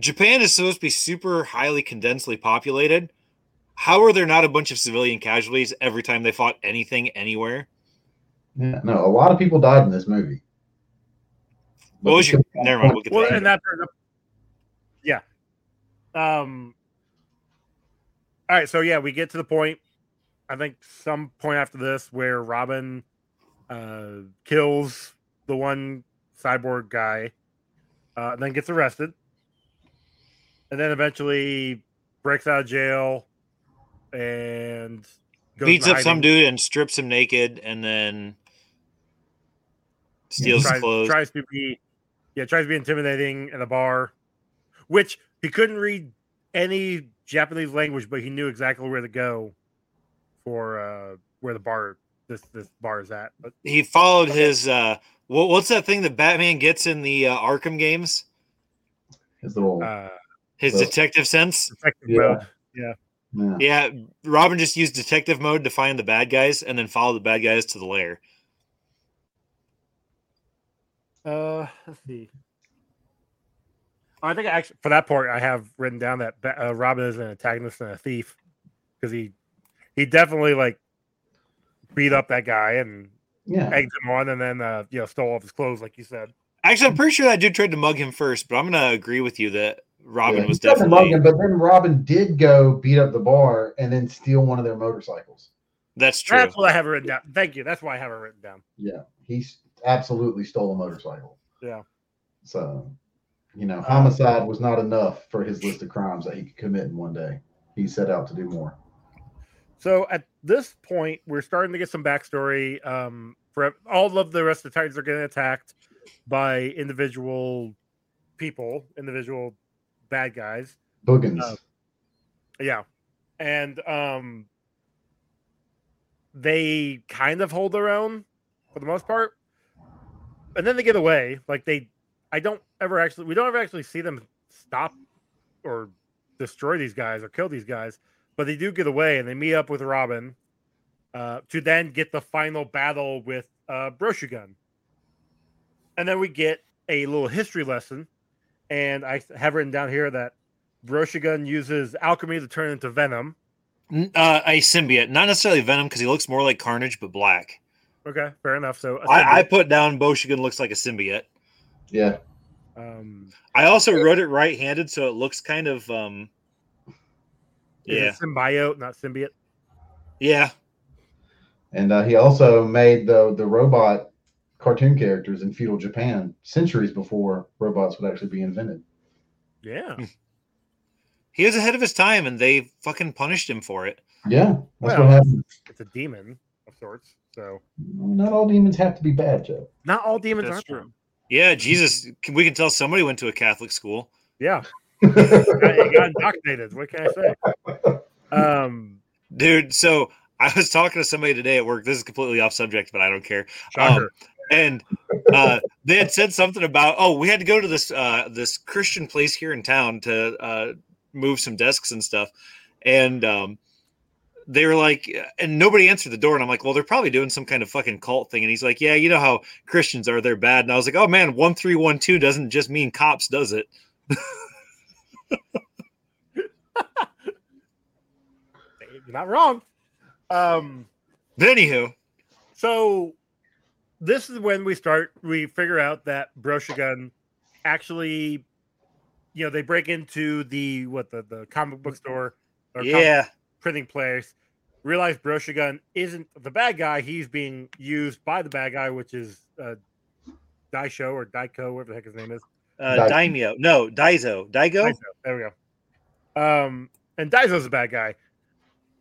S7: Japan is supposed to be super highly condensely populated. How are there not a bunch of civilian casualties every time they fought anything anywhere?
S6: Yeah, no, a lot of people died in this movie.
S7: What was your? Never mind. We'll get
S5: well,
S7: to
S5: and
S7: that.
S5: that brings up- yeah. Um. All right, so yeah, we get to the point. I think some point after this where Robin uh, kills the one cyborg guy, uh, and then gets arrested, and then eventually breaks out of jail and goes
S7: Beats
S5: into
S7: up some
S5: hiding.
S7: dude and strips him naked, and then steals his
S5: tries,
S7: clothes.
S5: tries to be yeah tries to be intimidating in a bar which he couldn't read any japanese language but he knew exactly where to go for uh where the bar this this bar is at but
S7: he followed his uh wha- what's that thing that batman gets in the uh, arkham games
S6: his little
S5: uh
S7: his
S6: Well- Uh-huh.
S7: detective sense
S5: effective
S6: Yeah.
S5: mode.
S6: yeah.
S7: yeah robin just used detective mode to find the bad guys and then follow the bad guys to the lair
S5: uh let's see I think I actually for that part I have written down that Ba- uh, Robin is an antagonist and a thief because he he definitely like beat up that guy and
S6: Yeah.
S5: egged him on and then uh you know stole off his clothes like you said.
S7: Actually,
S6: Mm-hmm.
S7: I'm pretty sure that dude tried to mug him first, but I'm gonna agree with you that Robin
S6: Yeah.
S7: was
S6: He tried to mug
S7: definitely
S6: him, but then Robin did go beat up the bar and then steal one of their motorcycles.
S7: that's true.
S5: That's what I have written down. Thank you. That's why I have it written down.
S6: Yeah, he s- absolutely stole a motorcycle.
S5: Yeah.
S6: So, you
S7: Uh,
S6: know, homicide was not enough for his list of crimes that he could commit in one day. He set out to do more.
S5: So at this point, we're starting to get some backstory. Um, for all of the rest of the Titans are getting attacked by individual people, individual bad guys.
S6: Boogans.
S7: Uh,
S5: Oh. Yeah, and um, they kind of hold their own for the most part, and then they get away. Like they, I don't ever actually, we don't ever actually see them stop or destroy these guys or kill these guys, but they do get away and they meet up with Robin uh, to then get the final battle with uh, Broshugun, and then we get a little history lesson. And I have written down here that Broshigun uses alchemy to turn into venom.
S7: N- Uh, a symbiote, not necessarily Venom, because he looks more like Carnage, but black.
S5: Okay, fair enough. So a
S7: I, I put down Boshigan looks like a symbiote.
S6: Yeah.
S5: symbiote. um,
S7: I also wrote it right-handed, so it looks kind of um.
S5: is
S7: Yeah,
S5: it symbiote, not symbiote.
S7: yeah.
S6: And uh, he also made the the robot cartoon characters in feudal Japan centuries before robots would actually be invented.
S5: Yeah.
S7: He was ahead of his time, and they fucking punished him for it.
S6: Yeah, that's
S5: Well-
S6: what happened.
S5: It's a demon of sorts. So
S6: Not all demons have to be bad, Joe.
S5: not all demons
S3: That's
S5: are
S3: true.
S7: Yeah, Jesus, c- we can tell somebody went to a Catholic school.
S5: Yeah. Got- it got indoctrinated. What can I say? Um
S7: Dude, so I was talking to somebody today at work. This is completely off subject, but I don't care.
S5: shocker.
S7: And uh, they had said something about, oh, we had to go to this uh, this Christian place here in town to uh, move some desks and stuff. And um, they were like, and nobody answered the door. And I'm like, well, they're probably doing some kind of fucking cult thing. And he's like, yeah, you know how Christians are, they're bad. And I was like, oh man, one three one two doesn't just mean cops, does it?
S5: You're not wrong. Um
S7: But anywho,
S5: So this is when we start we figure out that Broshigun actually you know they break into the what the, the comic book store or comic
S7: yeah,
S5: printing place, realize Broshigun isn't the bad guy. He's being used by the bad guy, which is uh, Daisho or Daiko, whatever the heck his name is.
S7: uh, daimyo, no, daiso, daigo.
S5: Daiso, There we go. Um, and Daiso's a bad guy.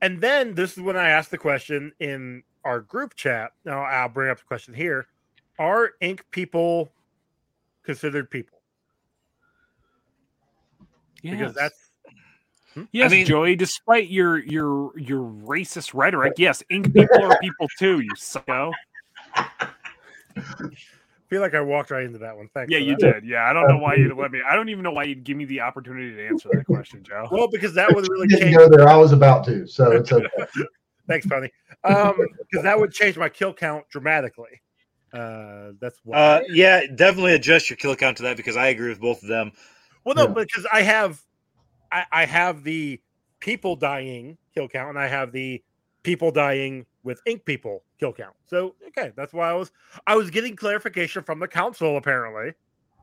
S5: And then this is when I asked the question in our group chat. Now I'll bring up the question here: Are ink people considered people?
S3: Yes.
S5: Because that's
S3: yes,
S7: mean-
S3: Joey. Despite your your your racist rhetoric, yes, ink people are people too. You psycho.
S5: I feel like I walked right into that one. Thanks.
S3: Yeah,
S5: for
S3: you
S5: that.
S3: did. Yeah, I don't know why you'd let me. I don't even know why you'd give me the opportunity to answer that question, [LAUGHS] Joe.
S5: Well, because that would really
S6: didn't
S5: change.
S6: go there. I was about to,
S5: [LAUGHS]
S6: so it's okay.
S5: Thanks, Tony. Um, because that would change my kill count dramatically. Uh, that's why.
S7: Uh, yeah, definitely adjust your kill count to that because I agree with both of them.
S5: well, no,
S6: yeah.
S5: because I have, I, I have the people dying kill count, and I have the people dying with ink people kill count. So okay, that's why I was, I was getting clarification from the council apparently.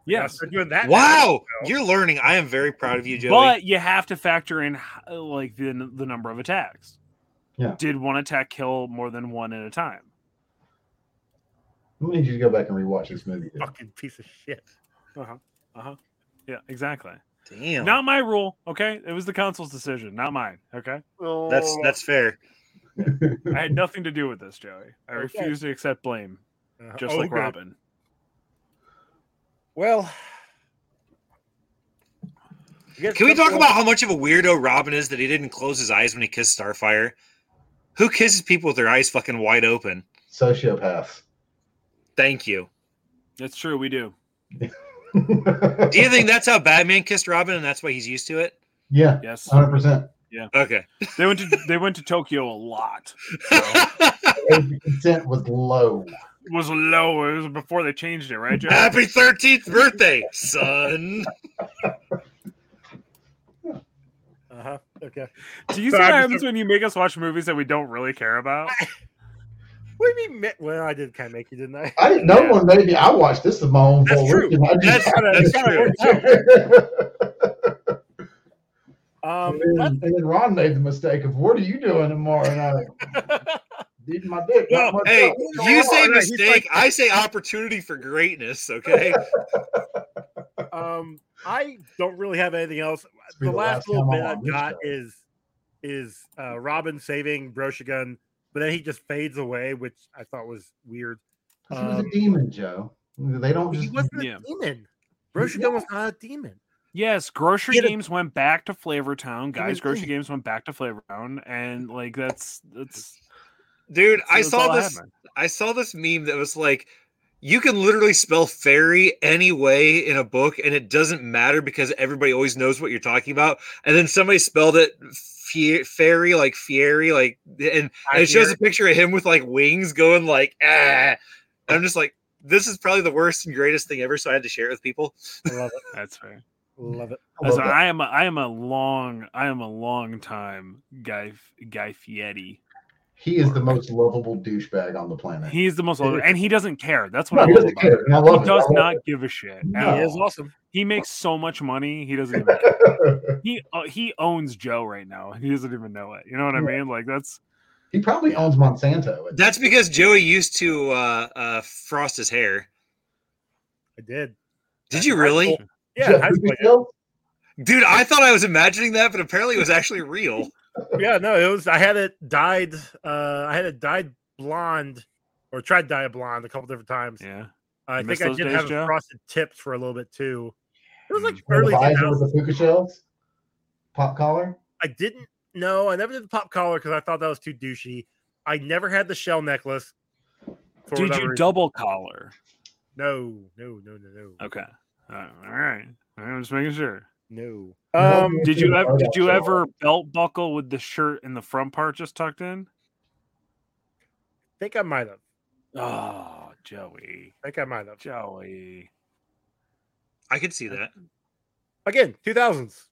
S3: Yes,
S5: They're doing that. now.
S7: Wow,
S5: So-
S7: you're learning. I am very proud of you, Joey.
S3: but you have to factor in h- like the the number of attacks.
S6: Yeah.
S3: Did one attack kill more than one at a time?
S6: I'm gonna need you to go back and rewatch this movie. [LAUGHS] dude.
S5: fucking piece of shit.
S3: Uh huh. Uh huh. Yeah, exactly.
S7: Damn,
S3: Not my rule. Okay, it was the council's decision, not mine. Okay,
S7: that's that's fair.
S3: I had nothing to do with this, Joey. I
S5: Okay.
S3: refuse to accept blame,
S5: Uh,
S3: just
S5: oh,
S3: like
S5: good.
S3: Robin.
S5: Well.
S7: Can we talk about how much of a weirdo Robin is that he didn't close his eyes when he kissed Starfire? Who kisses people with their eyes fucking wide open?
S6: Sociopaths.
S7: Thank you.
S3: That's true. We do.
S7: Do you think that's how Batman kissed Robin and that's why he's used to it?
S6: [LAUGHS] yeah,
S3: Yes,
S6: hundred percent.
S7: Okay.
S3: they went to they went to Tokyo a lot.
S6: Consent was low.
S3: It was low. It was before they changed it, right, Joe?
S7: [LAUGHS] Happy 13th birthday, son.
S5: Uh huh. Okay.
S3: Do you see
S5: Sorry,
S3: what
S5: I'm just-
S3: happens when you make us watch movies that we don't really care about?
S5: What do you mean? ma- Well, I did kind of make you, didn't
S6: [LAUGHS]
S5: I? [LAUGHS]
S6: I didn't know one maybe I watched this is my own
S5: That's
S6: fault.
S5: true.
S6: I just-
S5: That's kinda- that's kinda worked
S6: [LAUGHS]
S5: Um,
S6: and, then, and then Ron made the mistake of what are you doing
S5: [LAUGHS]
S6: tomorrow night? Eating my dick. not
S5: Well,
S6: much
S7: Hey,
S6: up. What's
S7: you
S6: going
S7: say
S6: on?
S5: right, he's
S7: mistake,
S5: like-
S7: I say opportunity for greatness.
S3: [LAUGHS]
S7: Okay,
S5: that- um, I don't really have anything else.
S6: It's
S5: The,
S6: been
S5: last, little
S6: time
S5: bit
S6: I'm
S5: I've
S6: on this
S5: got
S6: show.
S5: is is uh, Robin saving Broshigun, but then he just fades away, which I thought was
S6: [LAUGHS]
S5: weird.
S6: 'Cause he was
S5: um,
S6: a demon, Joe. They don't
S5: He
S6: just
S5: wasn't
S3: Yeah.
S5: a demon. Broshigun was not a demon.
S3: Yes, grocery
S5: Get a-
S3: games went back to Flavortown,
S5: Get a
S3: guys. Grocery
S5: thing.
S3: games went back to Flavortown, and like that's that's.
S7: dude. I
S3: that's all
S7: saw
S3: that
S7: this.
S3: happened.
S7: I saw this meme that was like, you can literally spell fairy any way in a book, and it doesn't matter because everybody always knows what you're talking about. And then somebody spelled it fe- fairy, like fiery, like, and, and it shows a picture of him with like wings going like, ah. And I'm just like, this is probably the worst and greatest thing ever. So I had to share it with people.
S5: I love it.
S3: That's fair.
S5: Love it.
S6: I love
S3: Listen,
S6: that.
S3: I am a, I am a long I am a long time guy guy Fieri.
S6: He is the most lovable douchebag on the planet.
S3: He's the most
S6: Yeah.
S3: and he doesn't care. That's what
S6: No,
S3: I
S6: he
S3: love
S6: doesn't
S3: about him.
S6: care. and I
S3: He
S6: love it.
S3: does
S6: I love
S3: not give a shit.
S6: No.
S3: At
S5: He
S3: all.
S5: is awesome.
S3: He makes so much money. He doesn't. Even care.
S6: it.
S3: He uh, he owns Joe right now. He doesn't even know it. You know what I mean? Like that's
S6: [LAUGHS] he probably owns Monsanto.
S7: That's because Joey used to uh, uh, frost his hair.
S5: I did.
S7: Did you really?
S5: Yeah, in high school, I
S6: [LAUGHS]
S5: did.
S7: Dude, I thought I was imagining that, but apparently it was actually real.
S5: yeah, no, it was. I had it dyed. Uh, I had it dyed blonde, or tried to dye it blonde a couple different times.
S3: yeah.
S5: I
S3: You miss
S5: think I
S3: those
S5: did
S3: days,
S5: have it
S3: Joe? Mm,
S5: frosted tips for a little bit too. It was like
S6: Early
S5: early.
S6: with
S5: 2000s.
S6: the puka shells, pop collar.
S5: I didn't know. I never did the pop collar because I thought that was too douchey. I never had the shell necklace. for
S3: Did
S5: whatever
S3: you
S5: reason.
S3: double collar?
S5: No, no, no, no, no,
S3: Okay. Uh, all right. I'm just making sure.
S5: no.
S6: No,
S5: Um,
S6: dude.
S3: Did you
S6: Yeah,
S3: ever
S6: I
S3: did
S6: got
S3: you
S6: you.
S3: ever belt buckle with the shirt and the front part just tucked in?
S5: I think I might have.
S3: Oh, Joey.
S5: I think I might have.
S3: Joey.
S7: I could see that.
S5: Again, two thousands.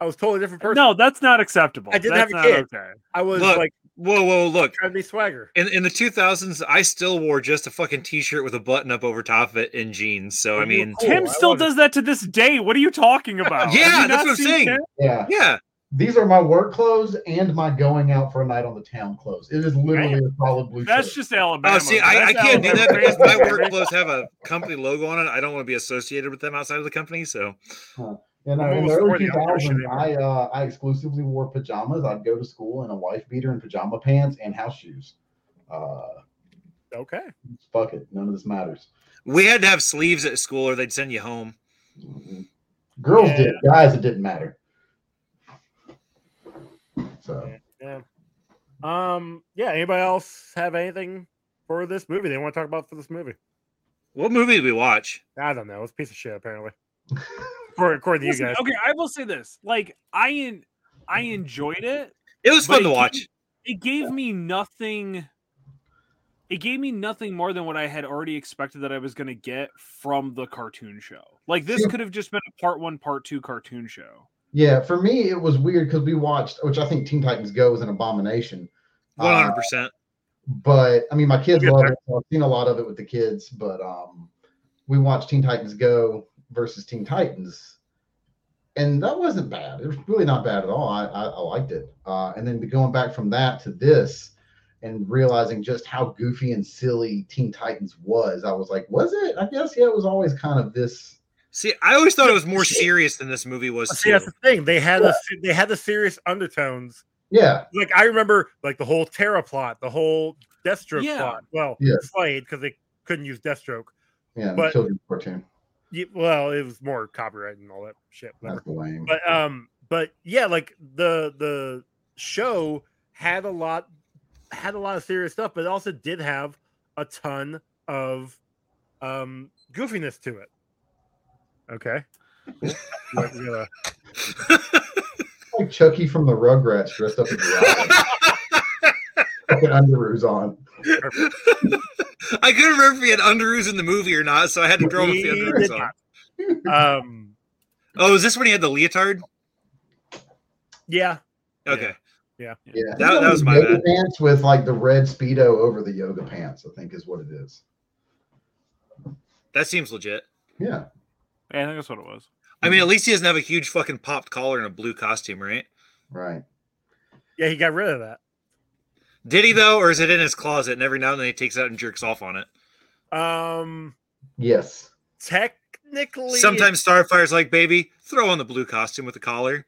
S5: I was totally different person.
S3: No, that's not acceptable.
S5: I didn't
S3: that's
S5: have a kid.
S3: okay.
S5: I was
S7: Look.
S5: like
S7: Whoa, whoa, look.
S5: trying to be swagger.
S7: In, in the 2000s, I still wore just a fucking t shirt with a button up over top of it and jeans. So, I
S5: Well, Oh, you were
S7: mean,
S5: cool.
S3: Tim
S5: I
S3: still
S5: wasn't-
S3: does that to this day. What are you talking about?
S7: Yeah,
S3: Have you
S7: that's
S3: not
S7: what I'm
S3: seen
S7: saying.
S3: Tim?
S6: Yeah,
S7: yeah.
S6: these are my work clothes and my going out for a night on the town clothes. It is literally a solid blue
S3: That's
S6: shirt.
S3: just Alabama.
S7: Oh, see, I, I
S3: That's
S7: can't do that
S3: Alabama
S7: because my
S3: fans, [LAUGHS]
S7: work
S3: baby.
S7: clothes have a company logo on it. I don't want to be associated with them outside of the company. So,
S6: You know,
S5: I'm
S6: in
S5: almost
S6: the early
S5: forty, I'm pretty
S6: 2000s,
S5: sure they
S6: I uh, I exclusively wore pajamas. I'd go to school in a wife beater and pajama pants and house shoes. Uh,
S5: Okay.
S6: fuck it, none of this matters.
S7: we had to have sleeves at school or they'd send you home.
S6: Girls
S5: Yeah.
S6: did, guys, it didn't matter. So
S5: Yeah. Um. Yeah. Anybody else have anything for this movie they want to talk about for this movie?
S7: What movie did we watch?
S5: I don't know. It's a piece of shit apparently. For according to you
S3: Listen,
S5: guys,
S3: Okay, I will say this. Like I en- I enjoyed it.
S7: It was
S3: But
S7: fun
S3: it
S7: to watch.
S3: didn't- it gave me nothing it gave me nothing more than what i had already expected that i was going to get from the cartoon show like this
S6: Yeah.
S3: could have just been a part one part two cartoon show
S6: yeah, for me it was weird because we watched, which I think Teen Titans Go is an abomination. Uh,
S7: 100%.
S6: but I mean, my kids
S5: We'll get
S6: love it. so I've seen a lot of it with the kids, but um, we watched Teen Titans Go versus Teen Titans, and that wasn't bad. It was really not bad at all. I I, I liked it. Uh, and then going back from that to this, and realizing just how goofy and silly Teen Titans was, I was like, was it? I guess yeah. It was always kind of this.
S7: See, I always thought it was more serious than this movie was.
S5: see that's
S7: too.
S5: the thing. They had the they had the serious undertones.
S6: Yeah,
S5: Like I remember, like the whole Terra plot, the whole Deathstroke
S3: Yeah.
S5: plot. Well,
S6: Yeah.
S5: Slade because they couldn't use Deathstroke.
S6: yeah.
S5: But-
S6: children's cartoon.
S5: Ye- Well, it was more copyright and all that shit. Whatever.
S6: That's lame.
S5: but um but yeah like the the show had a lot had a lot of serious stuff but it also did have a ton of um goofiness to it okay [LAUGHS] Cool. Like, yeah.
S6: like Chucky from the Rugrats dressed up as Ralph.
S5: [LAUGHS]
S6: Fucking underoos on.
S7: I couldn't remember if he had underoos in the movie or not, so I had to throw him with the
S5: He
S7: underoos
S5: did
S7: on.
S5: not. um
S7: Oh, is this when he had the leotard?
S5: Yeah.
S8: Okay.
S6: Yeah,
S8: That- that was my
S6: yoga
S8: bad.
S6: pants with like the red speedo over the yoga pants. I think is what it is.
S8: That seems legit.
S6: Yeah,
S3: Yeah, I think that's what it was.
S8: I mean, at least he doesn't have a huge fucking popped collar and a blue costume, right?
S6: right.
S5: Yeah, he got rid of that.
S8: Did he though, or is it in his closet? And every now and then he takes it out and jerks off on it.
S5: Um
S6: Yes.
S5: technically
S8: Sometimes Starfire's like, "Baby, throw on the blue costume with the collar."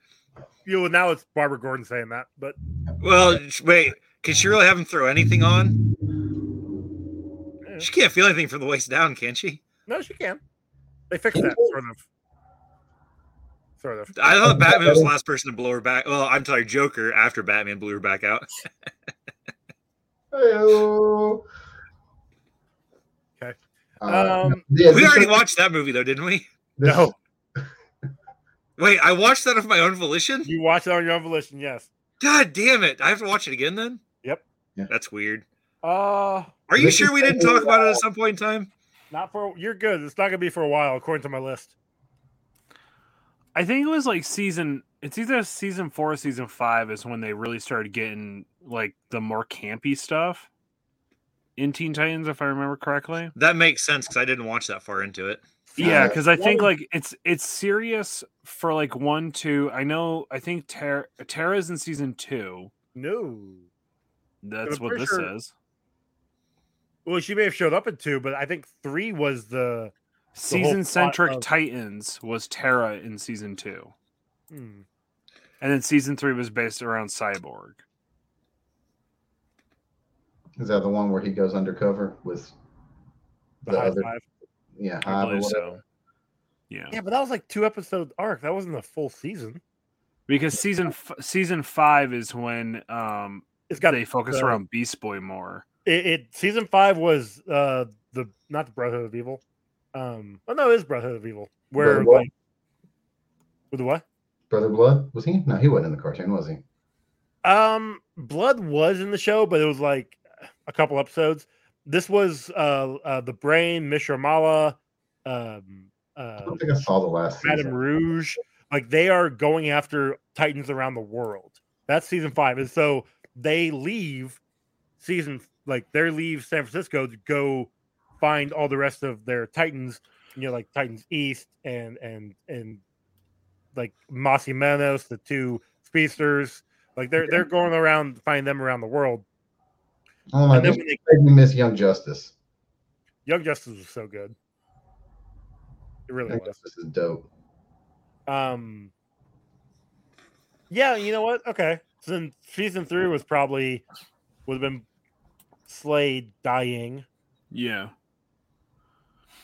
S5: you know, now it's Barbara Gordon saying that, but
S8: Well, sh- wait, can she really have him throw anything on? She can't feel anything from the waist down, can she?
S5: no, she can. They fixed
S6: Can
S5: that,
S6: you?
S5: sort of. Sort of.
S8: I thought Batman was the last person to blow her back. Well, I'm sorry, Joker after Batman blew her back out.
S6: Hello.
S5: Okay.
S6: Uh,
S5: Um,
S6: yeah,
S8: We
S6: this
S8: already
S6: is-
S8: watched that movie though, didn't we?
S6: this-
S5: No.
S8: Wait, I watched that of my own volition.
S5: You watch it on your own volition, yes.
S8: God damn it! I have to watch it again then.
S5: Yep.
S6: Yeah.
S8: That's weird.
S5: Uh
S8: Are you
S6: This
S8: sure
S6: is
S8: we didn't
S6: something
S8: talk about it at some point in time?
S5: not for you're good. It's not gonna be for a while, according to my list.
S3: I think it was like season. It's either season four or season five is when they really started getting like the more campy stuff in Teen Titans, if I remember correctly.
S8: That makes sense because I didn't watch that far into it.
S3: Yeah,
S6: Uh,
S3: because I think
S6: yeah.
S3: like it's it's serious for like one, two. I know. I think Tara Tara's in season two.
S5: No.
S3: That's what
S5: pretty
S3: this
S5: sure-
S3: is.
S5: Well, she may have showed up in two, but I think three was the the whole
S3: Season centric
S5: plot of-
S3: Titans was Tara in season two,
S5: hmm.
S3: and then season three was based around Cyborg.
S6: Is that the one where he goes undercover with
S5: the,
S6: The
S5: high
S6: other-
S5: five.
S6: yeah?
S3: I
S6: Hive or
S3: believe
S6: whatever?
S3: so. Yeah.
S5: Yeah, but that was like two episode arc. That wasn't the full season.
S3: because season f- season five is when um
S5: It's got
S3: they focus
S5: the-
S3: around Beast Boy more.
S5: it, it season five was uh the not the Brotherhood of Evil. Um oh no, it is Brotherhood of Evil. Where
S6: Brother what?
S5: like with the what?
S6: Brother Blood was he? No, he wasn't in the cartoon, was he?
S5: Um Blood was in the show, but it was like a couple episodes. This was uh, uh the brain, Mishramala, um
S6: I
S5: uh
S6: don't think I saw the last
S5: Madame
S6: season.
S5: Rouge. Like they are going after Titans around the world. That's season five. And so they leave season like they leave San Francisco to go find all the rest of their Titans, you know, like Titans East and and and like Mossy Manos, the two speedsters. Like they're they're going around finding them around the world.
S6: I don't know.
S5: And then
S6: This
S5: when they
S6: made me miss Young Justice.
S5: Young Justice was so good. It really
S6: Young
S5: was.
S6: Justice is dope.
S5: Um. Yeah, you know what? Okay, so then season three was probably would have been Slade dying
S3: Yeah,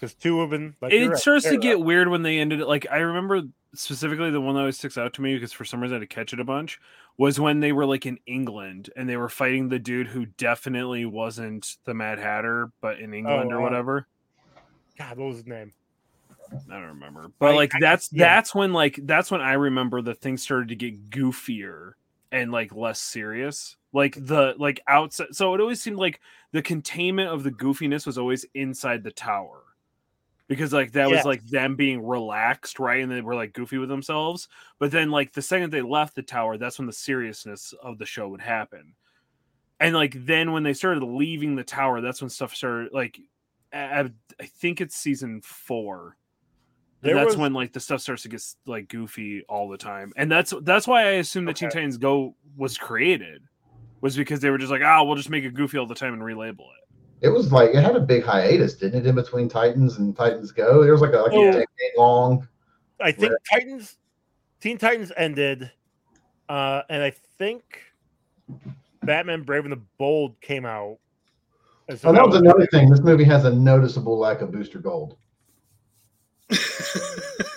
S5: because two would have been like
S3: it
S5: you're right, uh,
S3: starts to
S5: Tara.
S3: get weird when they ended it. Like I remember specifically the one that always sticks out to me because for some reason I had to catch it a bunch was when they were like in England and they were fighting the dude who definitely wasn't the Mad Hatter, but in England or
S5: uh,
S3: whatever.
S5: God. What was his name?
S3: I don't remember. But
S5: I-
S3: like
S5: I-
S3: that's
S5: yeah.
S3: that's when like that's when I remember the things started to get goofier and like less serious. Like the like outside so it always seemed like the containment of the goofiness was always inside the tower. Because like that
S5: Yeah.
S3: was like them being relaxed, right? And they were like goofy with themselves. But then like the second they left the tower, that's when the seriousness of the show would happen. And like then when they started leaving the tower, that's when stuff started like I, I- I think it's season four and
S5: There
S3: that's
S5: was-
S3: when like the stuff starts to get s- like goofy all the time, and that's that's why I assume that Teen
S5: Okay.
S3: Titans Go was created, was because they were just like, ah, we'll just make it goofy all the time and relabel it.
S6: It was like it had a big hiatus, didn't it, in between Titans and Titans Go? There was like a, like
S3: Yeah.
S6: a decade long.
S5: I think Titans, Teen Titans ended, uh, and I think Batman: Brave and the Bold came out. And so
S6: Oh, that was
S5: was-
S6: another thing. This movie has a noticeable lack of Booster Gold.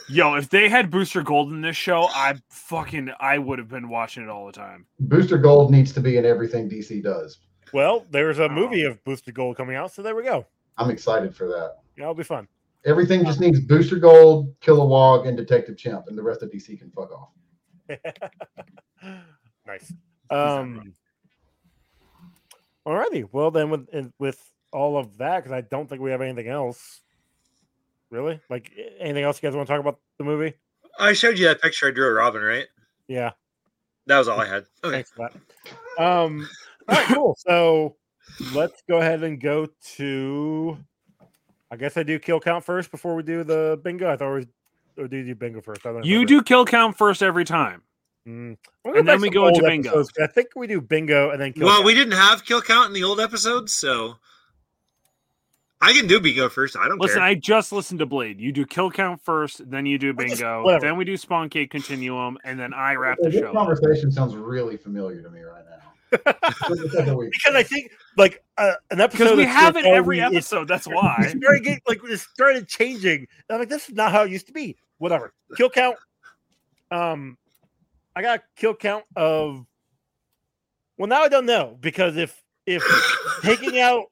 S3: Yo, if they had Booster Gold in this show, I fucking I would have been watching it all the time.
S6: Booster Gold needs to be in everything DC does.
S5: Well, there's a movie of Booster Gold coming out, so there we go.
S6: I'm excited for that.
S5: Yeah, it'll be fun.
S6: Everything just needs Booster Gold, Kilowog, and Detective Chimp, and the rest of DC can fuck off.
S3: [LAUGHS]
S5: nice. Um, alrighty. Well, then with and with all of that, because I don't think we have anything else. Really? Like a- anything else you guys want to talk about the movie?
S8: I showed you that picture I drew of Robin, right?
S5: Yeah.
S7: That was all I had. Okay.
S5: Thanks for that. Um, all right,
S3: [LAUGHS]
S5: cool. So let's go ahead and go to. I guess I do kill count first before we do the bingo. I thought we or do you do bingo first? I don't
S3: You
S5: remember.
S3: do kill count first every time.
S5: Mm.
S3: And then we go into bingo.
S5: I think we do bingo and then kill.
S7: Well,
S5: count.
S7: we didn't have kill count in the old episode, so I can do bingo first. I don't
S3: Listen,
S7: care.
S3: I just listened to Blade. You do kill count first, then you do
S5: I just-
S3: bingo,
S5: whatever.
S3: then we do spawn cake continuum, and then I wrap the
S6: This
S3: show. up.
S6: conversation sounds really familiar to me right
S3: [LAUGHS]
S6: now. Just the second week.
S5: because I think like uh, an episode
S3: Because we
S5: that's
S3: have
S5: just
S3: it every
S5: always- it's-
S3: episode. That's
S5: It
S3: why.
S5: started getting, like it started changing. And I'm like, this is not how it used to be. Whatever. Kill count. Um, I got a kill count of. Well, now I don't know because if if
S3: [LAUGHS]
S5: taking out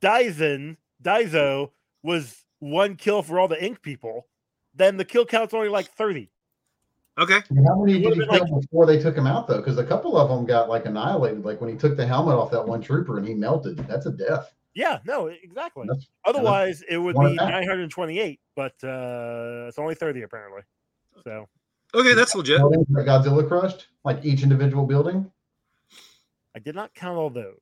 S5: Dyson Daiso was one kill for all the ink people, then the kill count's only like thirty.
S7: [LAUGHS] okay.
S6: I mean, How many
S5: It
S6: did you
S5: would've
S6: kill
S5: been
S6: before they took him out though? Because a couple of them got like annihilated. Like when he took the helmet off that one trooper and he melted. That's a death.
S5: Yeah, no, e, exactly.
S6: That's-
S5: Otherwise, it would
S6: one
S5: be
S6: attack.
S5: 928, but uh, it's only 30 apparently. So
S7: Okay, that's legit.
S6: Buildings that Godzilla crushed, like each individual building,
S5: I did not count all those.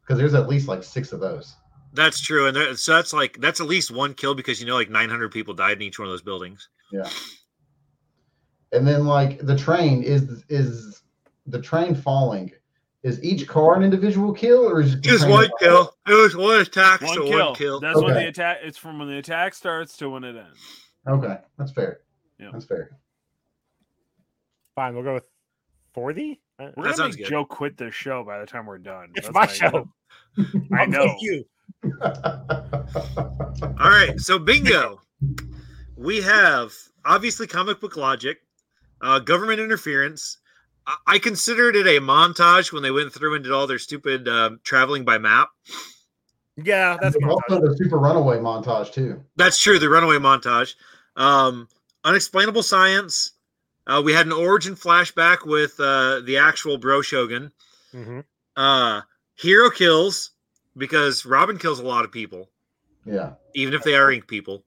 S6: because there's at least like six of those.
S7: That's true, and there, so that's like that's at least one kill because you know like 900 people died in each one of those buildings.
S6: And then like the train is is the train falling. Is each car an individual kill or is it
S7: It was one kill. It was one attack,
S3: One
S7: so
S3: kill.
S7: one kill.
S3: That's when
S6: Okay.
S3: the attack. It's from when the attack starts to when it ends.
S6: Okay, that's fair.
S3: Yeah.
S6: That's fair.
S5: Fine, we'll go with 40. I-
S3: We're
S7: That
S3: gonna
S7: sounds
S3: make
S7: good.
S3: Joe quit this show by the time we're done.
S5: It's
S3: That's
S5: my
S3: how
S5: show.
S3: you know. I
S5: I'll
S3: know.
S5: take you.
S7: All right, so bingo. We have obviously comic book logic, uh, government interference. I, I considered it a montage when they went through and did all their stupid uh, traveling by map.
S5: Yeah,
S6: [LAUGHS]
S5: that's
S6: There's
S5: my
S6: also the super runaway montage too.
S7: That's true. The runaway montage. Um, unexplainable science. Uh, we had an origin flashback with uh, the actual Bro Shogun.
S5: Mhm.
S7: Uh, hero kills because Robin kills a lot of people,
S6: Yeah.
S7: even if they are ink people.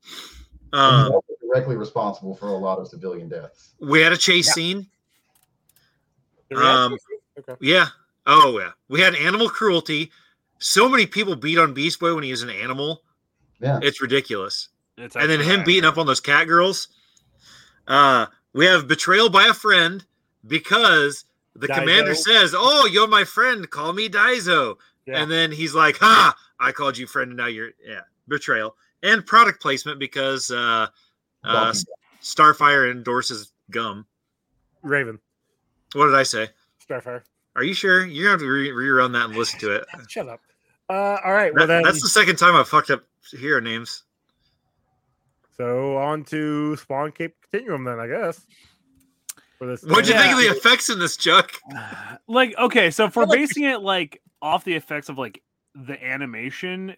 S6: And
S7: Um,
S6: he's also directly responsible for a lot of civilian deaths.
S7: we had a chase
S5: Yeah.
S7: scene.
S5: The reaction-
S7: Um,
S5: okay.
S7: Yeah. Oh yeah. We had animal cruelty. So many people beat on Beast Boy when he was an animal.
S6: Yeah.
S7: It's ridiculous.
S3: It's
S7: and then
S3: actually
S7: him
S3: bad.
S7: beating up on those cat girls. Uh, we have betrayal by a friend because the
S5: Daiso.
S7: commander says, "Oh, you're my friend. Call me Daiso."
S5: Yeah.
S7: And then he's like, "Ha! I called you friend, and now you're yeah betrayal and product placement because uh, uh,
S6: Welcome.
S7: Starfire endorses gum."
S5: Raven,
S7: What did I say?
S5: Starfire.
S7: Are you sure? You're gonna have to re- rerun that and listen to it.
S5: Shut up. Uh, all right. Well,
S7: That-
S5: then,
S7: that's the second time I fucked up hero names.
S5: so on to Spawn Cape Continuum, then, I guess. For this
S7: What'd you
S3: Yeah.
S7: think of the effects in this, Chuck?
S3: [SIGHS] like okay so if
S5: I
S3: we're
S5: like-
S3: basing it like off the effects of like the animation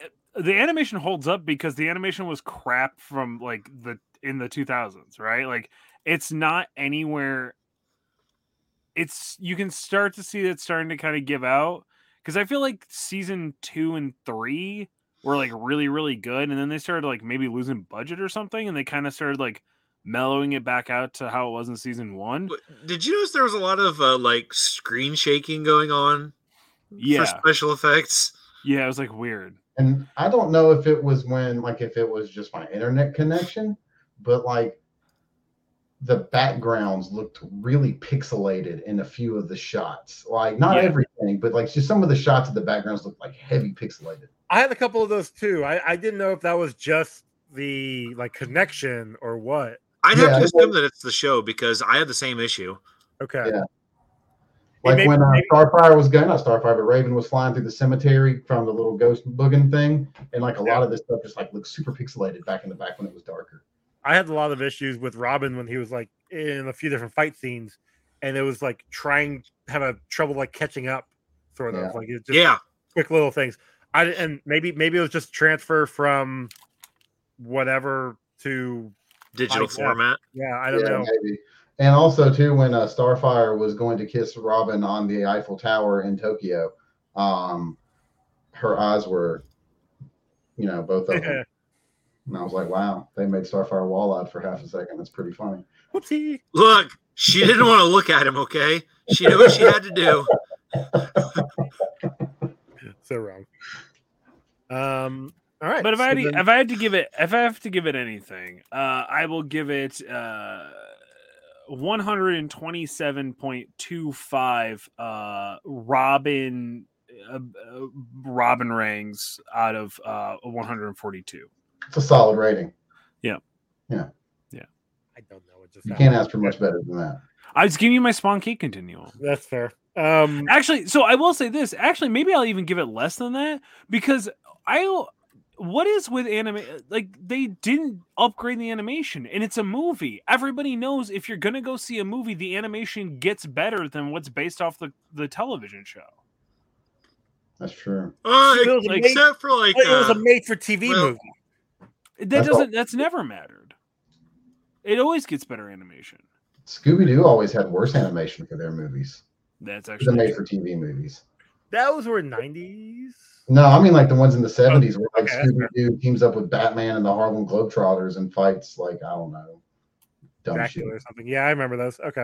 S3: eh, the animation holds up because the animation was crap from like the in the 2000s right like it's not anywhere it's you can start to see it starting to kind of give out because i feel like season two and three were like really really good and then they started like maybe losing budget or something and they kind of started like mellowing it back out to how it was in season one
S7: But Did you notice there was a lot of uh, like screen shaking going on
S3: yeah
S7: for special effects?
S3: Yeah, it was like weird.
S6: And I don't know if it was when, like, if it was just my internet connection, but like the backgrounds looked really pixelated in a few of the shots. Like, not
S3: Yeah.
S6: everything, but like just some of the shots of the backgrounds looked like heavy pixelated.
S5: I had a couple of those too. I, I didn't know if that was just the like connection or what.
S7: I'd have
S6: Yeah,
S7: to
S6: it
S7: assume that it's the show because I had the same issue.
S5: Okay.
S6: Yeah.
S5: It
S6: Like
S5: may-
S6: when uh,
S5: maybe-
S6: Starfire was going, not Starfire, but Raven was flying through the cemetery from the little ghost boogin thing. And like a lot of this stuff just like looked super pixelated back in the back when it was darker.
S5: I had a lot of issues with Robin when he was like in a few different fight scenes, and it was like trying have a trouble like catching up, sort of
S6: Yeah.
S5: like it's just
S7: Yeah,
S5: quick little things. I di- and maybe maybe it was just transfer from whatever to
S7: digital
S5: guess.
S7: format.
S5: yeah I don't know
S6: Maybe. And also too, when uh, Starfire was going to kiss Robin on the Eiffel Tower in Tokyo,
S5: [LAUGHS]
S6: um, her eyes were, you know, both of them. And I was like, wow, they made Starfire Walleye for half a second. That's pretty funny.
S5: Whoopsie.
S8: Look, she didn't want to look at him, okay? She knew what she had to
S5: [LAUGHS]
S8: do.
S5: So wrong. Um. All
S6: uh,
S5: right.
S3: But if I
S5: so
S3: had to,
S5: then-
S3: if I had to give it if I have to give it anything, uh, I will give it uh, 127.25 uh, Robin uh, uh, Robin rings out of uh, 142.
S6: It's a solid rating.
S5: I don't know what just
S6: You
S5: happened.
S6: can't ask for much better than that.
S3: I was giving you my Spawn Key Continuum.
S5: That's fair. Um.
S3: Actually, so I will say this. Actually, maybe I'll even give it less than that because I. What is with anime? Like they didn't upgrade the animation, and it's a movie. Everybody knows if you're gonna go see a movie, the animation gets better than what's based off the the television show.
S6: That's true.
S8: Uh,
S5: It was a
S8: except for like
S5: it was a
S8: uh,
S5: made-for-TV
S8: well-
S5: movie.
S3: That
S6: That's all.
S3: doesn't. That's never mattered. It always gets better animation.
S6: Scooby Doo always had worse animation for their movies,
S3: That's
S6: the
S3: actually
S6: made for TV movies.
S5: Those were '90s.
S6: No, I mean like the ones in the 70s where like
S5: Oh, okay, that's
S6: Scooby Doo teams up with Batman and the Harlem Globetrotters and fights like, I don't know, dumb
S5: Dracula or something. Yeah, I remember those. Okay.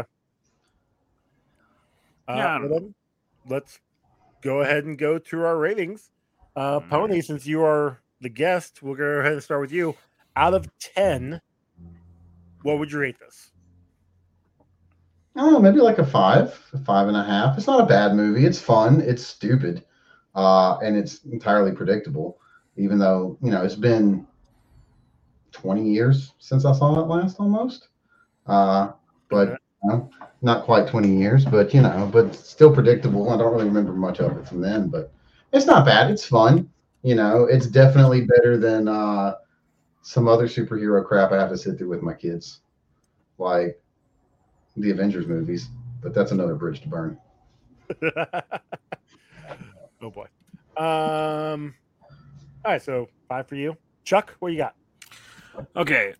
S5: Uh,
S3: Yeah, I
S5: well
S3: don't know.
S5: then, let's go ahead and go through our ratings. Uh,
S3: right.
S5: Pony, since you are the guest, we'll go ahead and start with you. Out of 10, what would you rate this? [LAUGHS]
S6: I don't know, Oh, maybe like a five, a five and a half. It's not a bad movie. It's fun. It's stupid, uh, and it's entirely predictable. Even though you know it's been twenty years since I saw it last, almost. Uh, but you know, not quite twenty years, but you know, but still predictable. I don't really remember much of it from then, but it's not bad. It's fun. You know, it's definitely better than uh, some other superhero crap I have to sit through with my kids, like the Avengers movies, but that's another bridge to burn.
S5: oh boy. Um, all right, so five for you. Chuck, what you got?
S3: okay.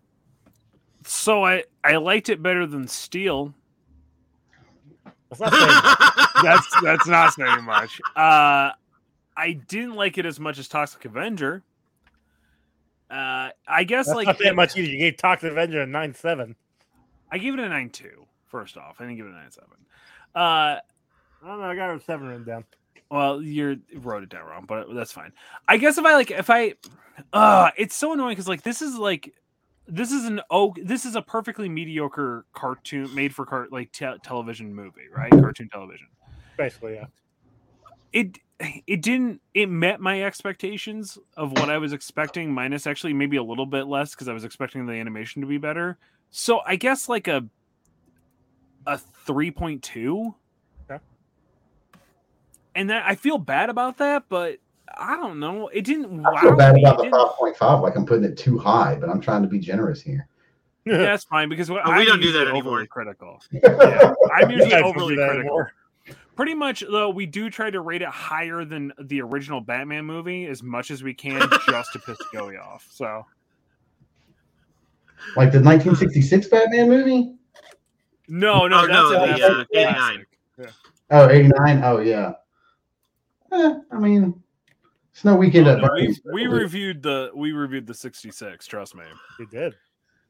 S3: So I I liked it better than Steel.
S5: That's [LAUGHS] not saying much.
S3: that's that's not saying much. Uh, I didn't like it as much as Toxic Avenger. Uh, I guess
S5: That's
S3: like
S5: not
S3: it-
S5: saying much either. You gave Toxic Avenger a 9-7.
S3: I gave it a nine two. First off, I didn't give it a nine seven. Uh,
S5: I don't know. I got a 7 written down.
S3: well, you wrote it down wrong, but that's fine. I guess if I like, if I, uh, it's so annoying because like this is like, this is an oh, this is a perfectly mediocre cartoon made for cart like te- television movie, right? Cartoon television.
S5: Basically, yeah.
S3: it it didn't it met my expectations of what I was expecting, minus actually maybe a little bit less because I was expecting the animation to be better. So I guess like a a three point two.
S5: Okay.
S3: And that I feel bad about that, but I don't know. It didn't wow.
S6: I feel bad
S3: me. It
S6: about the
S3: didn't-
S6: five point five, like I'm putting it too high, but I'm trying to be generous here.
S3: Yeah, [LAUGHS] That's fine because what,
S8: No, we
S3: I'm
S8: don't do
S3: usually
S8: that anymore.
S3: overly Critical.
S5: [LAUGHS] Yeah.
S3: I'm
S5: You guys
S3: usually
S5: don't do
S3: overly
S5: that
S3: critical.
S5: anymore.
S3: Pretty much, though, we do try to rate it higher than the original Batman movie as much as
S8: [LAUGHS]
S3: we can, just to piss Joey off. So,
S6: Like the 1966 Batman movie?
S3: no, no,
S8: Oh,
S3: that's
S8: no,
S3: an
S6: the,
S3: absolute
S8: uh, 89.
S3: classic.
S6: Oh, 89? Oh, yeah. Eh, I mean, it's no weekend
S3: No,
S6: at
S3: no,
S6: Bernie's.
S3: we, we reviewed the we reviewed the '66. Trust me.
S5: You did.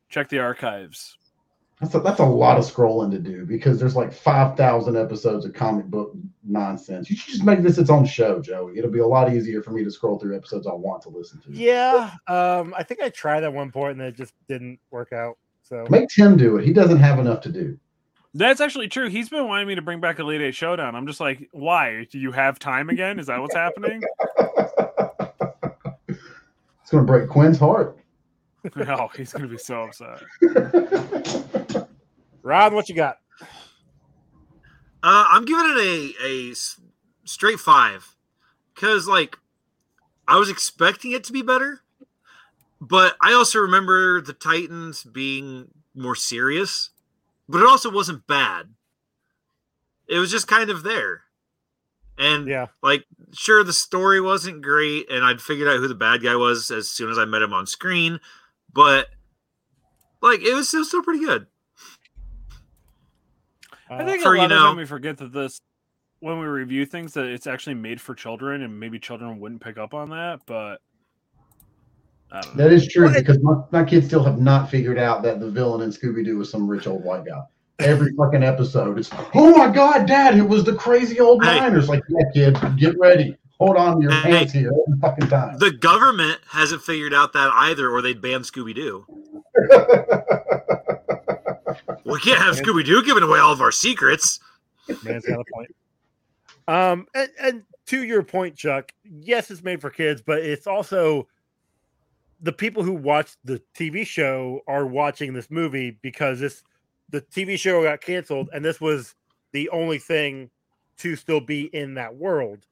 S3: Check the archives.
S6: that's, a, that's a lot of scrolling to do because there's like 5,000 episodes of comic book nonsense. You should just make this its own show, Joey. It'll be a lot easier for me to scroll through episodes I want to listen to.
S5: Yeah. Um, I think I tried at one point and it just didn't work out. So
S6: Make Tim do it. He doesn't have enough to do.
S3: That's actually true. He's been wanting me to bring back Elite Eight Showdown. I'm just like, why? Do you have time again? Is that what's happening? [LAUGHS]
S6: It's going to break Quinn's [LAUGHS] heart.
S3: no, Oh, he's gonna be so upset.
S5: Ron, what you got?
S8: Uh, I'm giving it a a s- straight five because like I was expecting it to be better, but I also remember the Titans being more serious, but it also wasn't bad. It was just kind of there,
S3: Hmm.
S8: and
S5: Yeah.
S8: like sure the story wasn't great, and I'd figured out who the bad guy was as soon as I met him on screen, but like it was, it was still pretty good.
S3: I
S5: Uh,
S3: think
S8: for,
S3: a
S8: you
S3: lot of
S8: know-
S3: time we forget that this when we review things that it's actually made for children and maybe children wouldn't pick up on that, but I don't know.
S6: That is true
S5: Well, it-
S6: because my, my kids still have not figured out that the villain in Scooby Doo was some rich old white guy. Every fucking episode, it's oh my god, Dad, it was the crazy old
S8: Hey.
S6: miners. Like, yeah, kid, get ready, hold on to your
S8: Hey.
S6: pants here every fucking time.
S8: The government hasn't figured out that either, or they'd ban Scooby Doo. We can't have Scooby Doo giving away all of our secrets. [LAUGHS]
S5: Man's got a point. Um, and, and to your point, Chuck, yes, it's made for kids, but it's also the people who watch the TV show are watching this movie because this the TV show got canceled, and this was the only thing to still be in that world.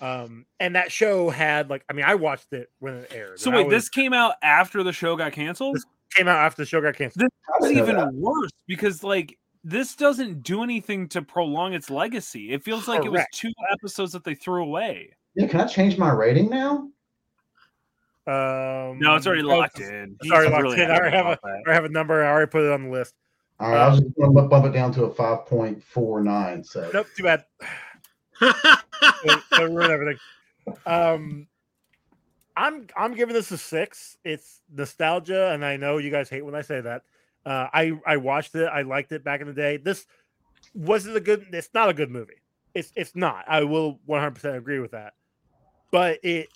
S5: Um, and that show had like, I mean, I watched it when it aired.
S3: So
S5: and I
S3: wait,
S5: was-
S3: this came out after the show got canceled.
S5: came out after the show got canceled.
S6: I
S3: It's
S6: didn't know
S3: even
S6: that.
S3: worse because like this doesn't do anything to prolong its legacy. It feels like
S5: Correct.
S3: it was two episodes that they threw away.
S6: Yeah, can I change my rating now?
S5: Um,
S3: No, it's already
S5: oh,
S3: locked in.
S5: it's already
S3: I'm
S5: locked
S3: really
S5: in. I
S3: happy
S5: already have
S3: about that.
S5: I have a number. I already put it on the list.
S6: All right, I was just going to bump it down to a five point four nine. So
S5: Nope, too bad. They- they ruined everything. Um, I'm I'm giving this a six. It's nostalgia, and I know you guys hate when I say that. Uh, I I watched it. I liked it back in the day. This wasn't a good. It's not a good movie. It's it's not. I will 100 percent agree with that. But it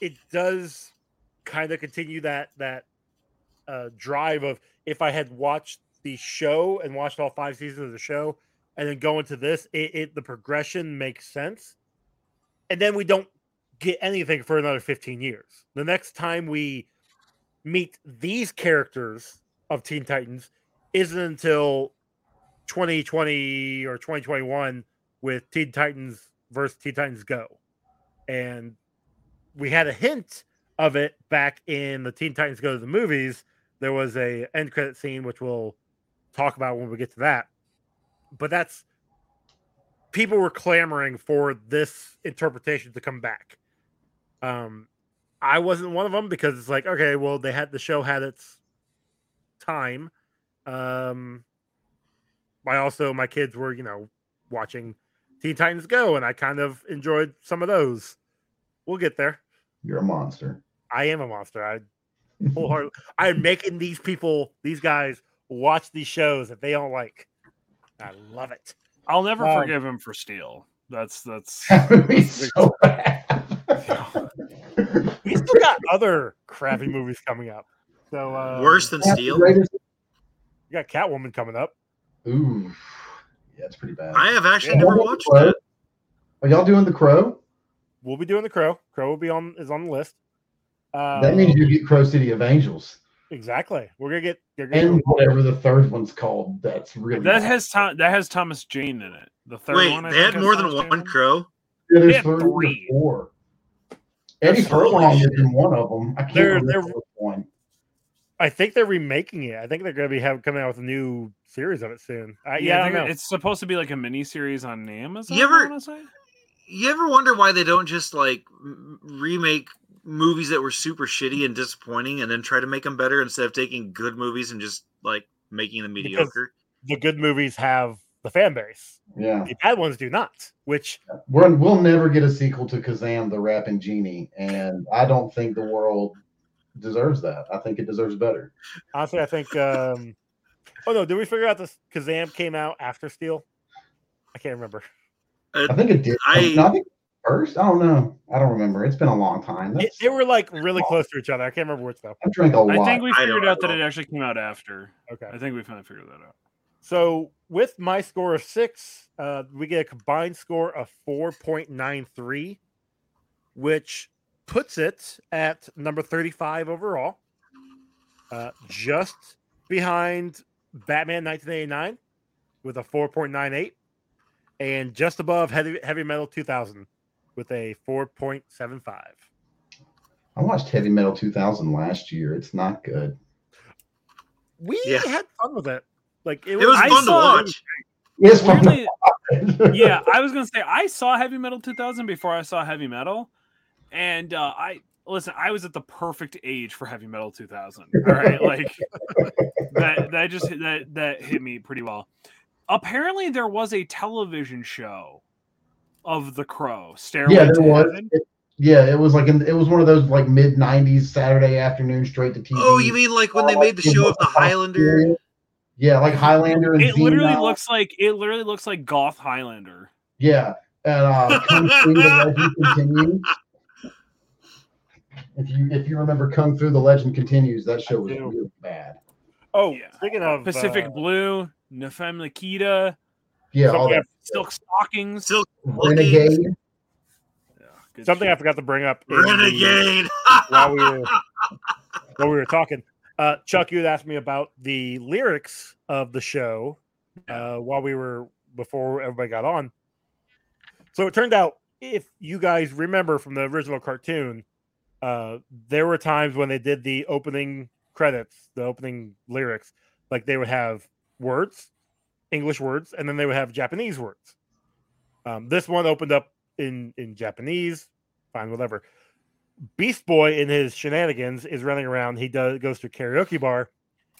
S5: it does kind of continue that that uh, drive of if I had watched the show and watched all five seasons of the show and then go into this, it, it the progression makes sense. And then we don't get anything for another 15 years. The next time we meet these characters of Teen Titans isn't until 2020 or 2021 with Teen Titans versus Teen Titans Go. And we had a hint of it back in the Teen Titans Go to the movies. There was a end credit scene which we'll talk about when we get to that. But that's people were clamoring for this interpretation to come back. Um, I wasn't one of them because it's like, okay, well, they had the show had its time. Um, I also my kids were you know watching Teen Titans Go, and I kind of enjoyed some of those. We'll get there.
S6: you're a monster. [LAUGHS]
S5: I am a monster. I wholeheartedly. I'm making these people, these guys, watch these shows that they don't like. I love it.
S3: I'll never
S5: Um,
S3: forgive him for Steel. That's
S6: [LAUGHS]
S3: that's
S6: that would be so bad.
S5: We still got other crappy movies coming up. So uh,
S8: Worse than Steel.
S5: We got Catwoman coming up.
S6: Ooh, yeah, it's pretty bad.
S8: I have actually
S5: Yeah.
S8: never
S6: Y'all doing
S8: watched
S6: The Crow?
S8: it.
S6: Are y'all doing the crow?
S5: We'll be doing the Crow. Crow will be on is on the list. Uh,
S6: that means you get Crow City of Angels
S5: exactly. We're gonna get. You're gonna
S6: and whatever the third one's called. That's really
S3: that
S6: bad.
S3: has Tom, that has Thomas Jane in it. The third
S8: Wait,
S3: one. I
S8: they had
S3: think, has
S8: more than
S3: Thomas
S8: one
S3: Jane in it.
S8: crow.
S6: Yeah, there's
S3: they have
S6: three, or
S3: three.
S6: four. Eddie
S5: That's holy
S6: Furlong is
S5: shit.
S6: in one of them. I can't
S5: They're-
S6: remember
S5: they're-
S6: which one.
S5: I think they're remaking it. I think they're gonna be have, coming out with a new series of it soon.
S6: Uh,
S5: I, yeah, I
S3: they're-
S5: don't know.
S3: it's supposed to be like a mini series on Amazon.
S8: You ever-
S3: I wanna say?
S8: You ever wonder why they don't just like m- remake movies that were super shitty and disappointing, and then try to make them better instead of taking good movies and just like making them
S5: Because-
S8: mediocre?
S5: The good movies have the fan base.
S6: Yeah,
S5: The bad ones do not. Which
S6: We're, we'll never get a sequel to Kazam the Rapping Genie, and I don't think the world deserves that. I think it deserves better.
S5: honestly, I think. um Oh no! Did we figure out this? Kazam came out after Steel. I can't remember.
S6: I think it did.
S8: I-
S6: no, I think first. I don't know. I don't remember. It's been a long time.
S5: They,
S6: That's,
S5: they were like really
S6: Wow.
S5: close to each other. I can't remember which though.
S6: I drank a lot.
S3: I think we
S8: I
S3: figured
S8: don't
S3: out that
S8: know.
S3: it actually came out after.
S5: Okay.
S3: I think we finally figured that out.
S5: So with my score of six, uh, we get a combined score of four point nine three, which puts it at number thirty five overall, uh, just behind Batman nineteen eighty nine with a four point nine eight, and just above Heavy Heavy Metal two thousand with a four point seven five.
S6: I watched Heavy Metal 2000 last year. It's not good.
S5: We
S8: Yeah.
S5: had fun with it. Like it
S8: It
S5: was,
S8: was
S3: I
S8: fun to
S3: saw-
S8: watch.
S6: It's [LAUGHS] fun to
S3: Weirdly,
S6: [LAUGHS] watch.
S3: yeah, I was gonna say I saw Heavy Metal 2000 before I saw Heavy Metal, and uh, I listen. I was at the perfect age for Heavy Metal 2000. All
S6: [LAUGHS]
S3: right, like that. That just that that hit me pretty well. Apparently, there was a television show of The Crow. Stairway
S6: yeah, there
S3: to
S6: was.
S3: Heaven.
S6: It, Yeah, it was like in, it was one of those like mid '90s Saturday afternoon straight to TV.
S8: Oh, you mean like when they made the show of the Highlander?
S6: Yeah, like Highlander. And
S3: It literally
S6: Xenon.
S3: looks like it literally looks like Goth Highlander.
S6: Yeah,
S3: [LAUGHS]
S6: and uh, Kung Fu: The Legend Continues. If you if you remember Kung Fu: The Legend Continues, that show was
S5: I do.
S6: really bad.
S5: Oh,
S3: Yeah.
S5: speaking of
S3: Pacific
S5: uh,
S3: Blue, Nefem Nikita,
S6: Yeah, all
S5: something,
S6: that
S3: Silk Stockings.
S8: Silk
S6: Renegade.
S3: Yeah,
S5: I,
S3: good
S5: something I
S3: shit.
S5: forgot to bring up. in the-
S8: Renegade.
S5: while we were while we were talking. Uh, Chuck, you had asked me about the lyrics of the show uh, while we were before everybody got on. So it turned out, if you guys remember from the original cartoon, uh, there were times when they did the opening credits, the opening lyrics, like they would have words, English words, and then they would have Japanese words. Um, this one opened up in in Japanese, fine, whatever. Beast Boy in his shenanigans is running around. He does goes to a karaoke bar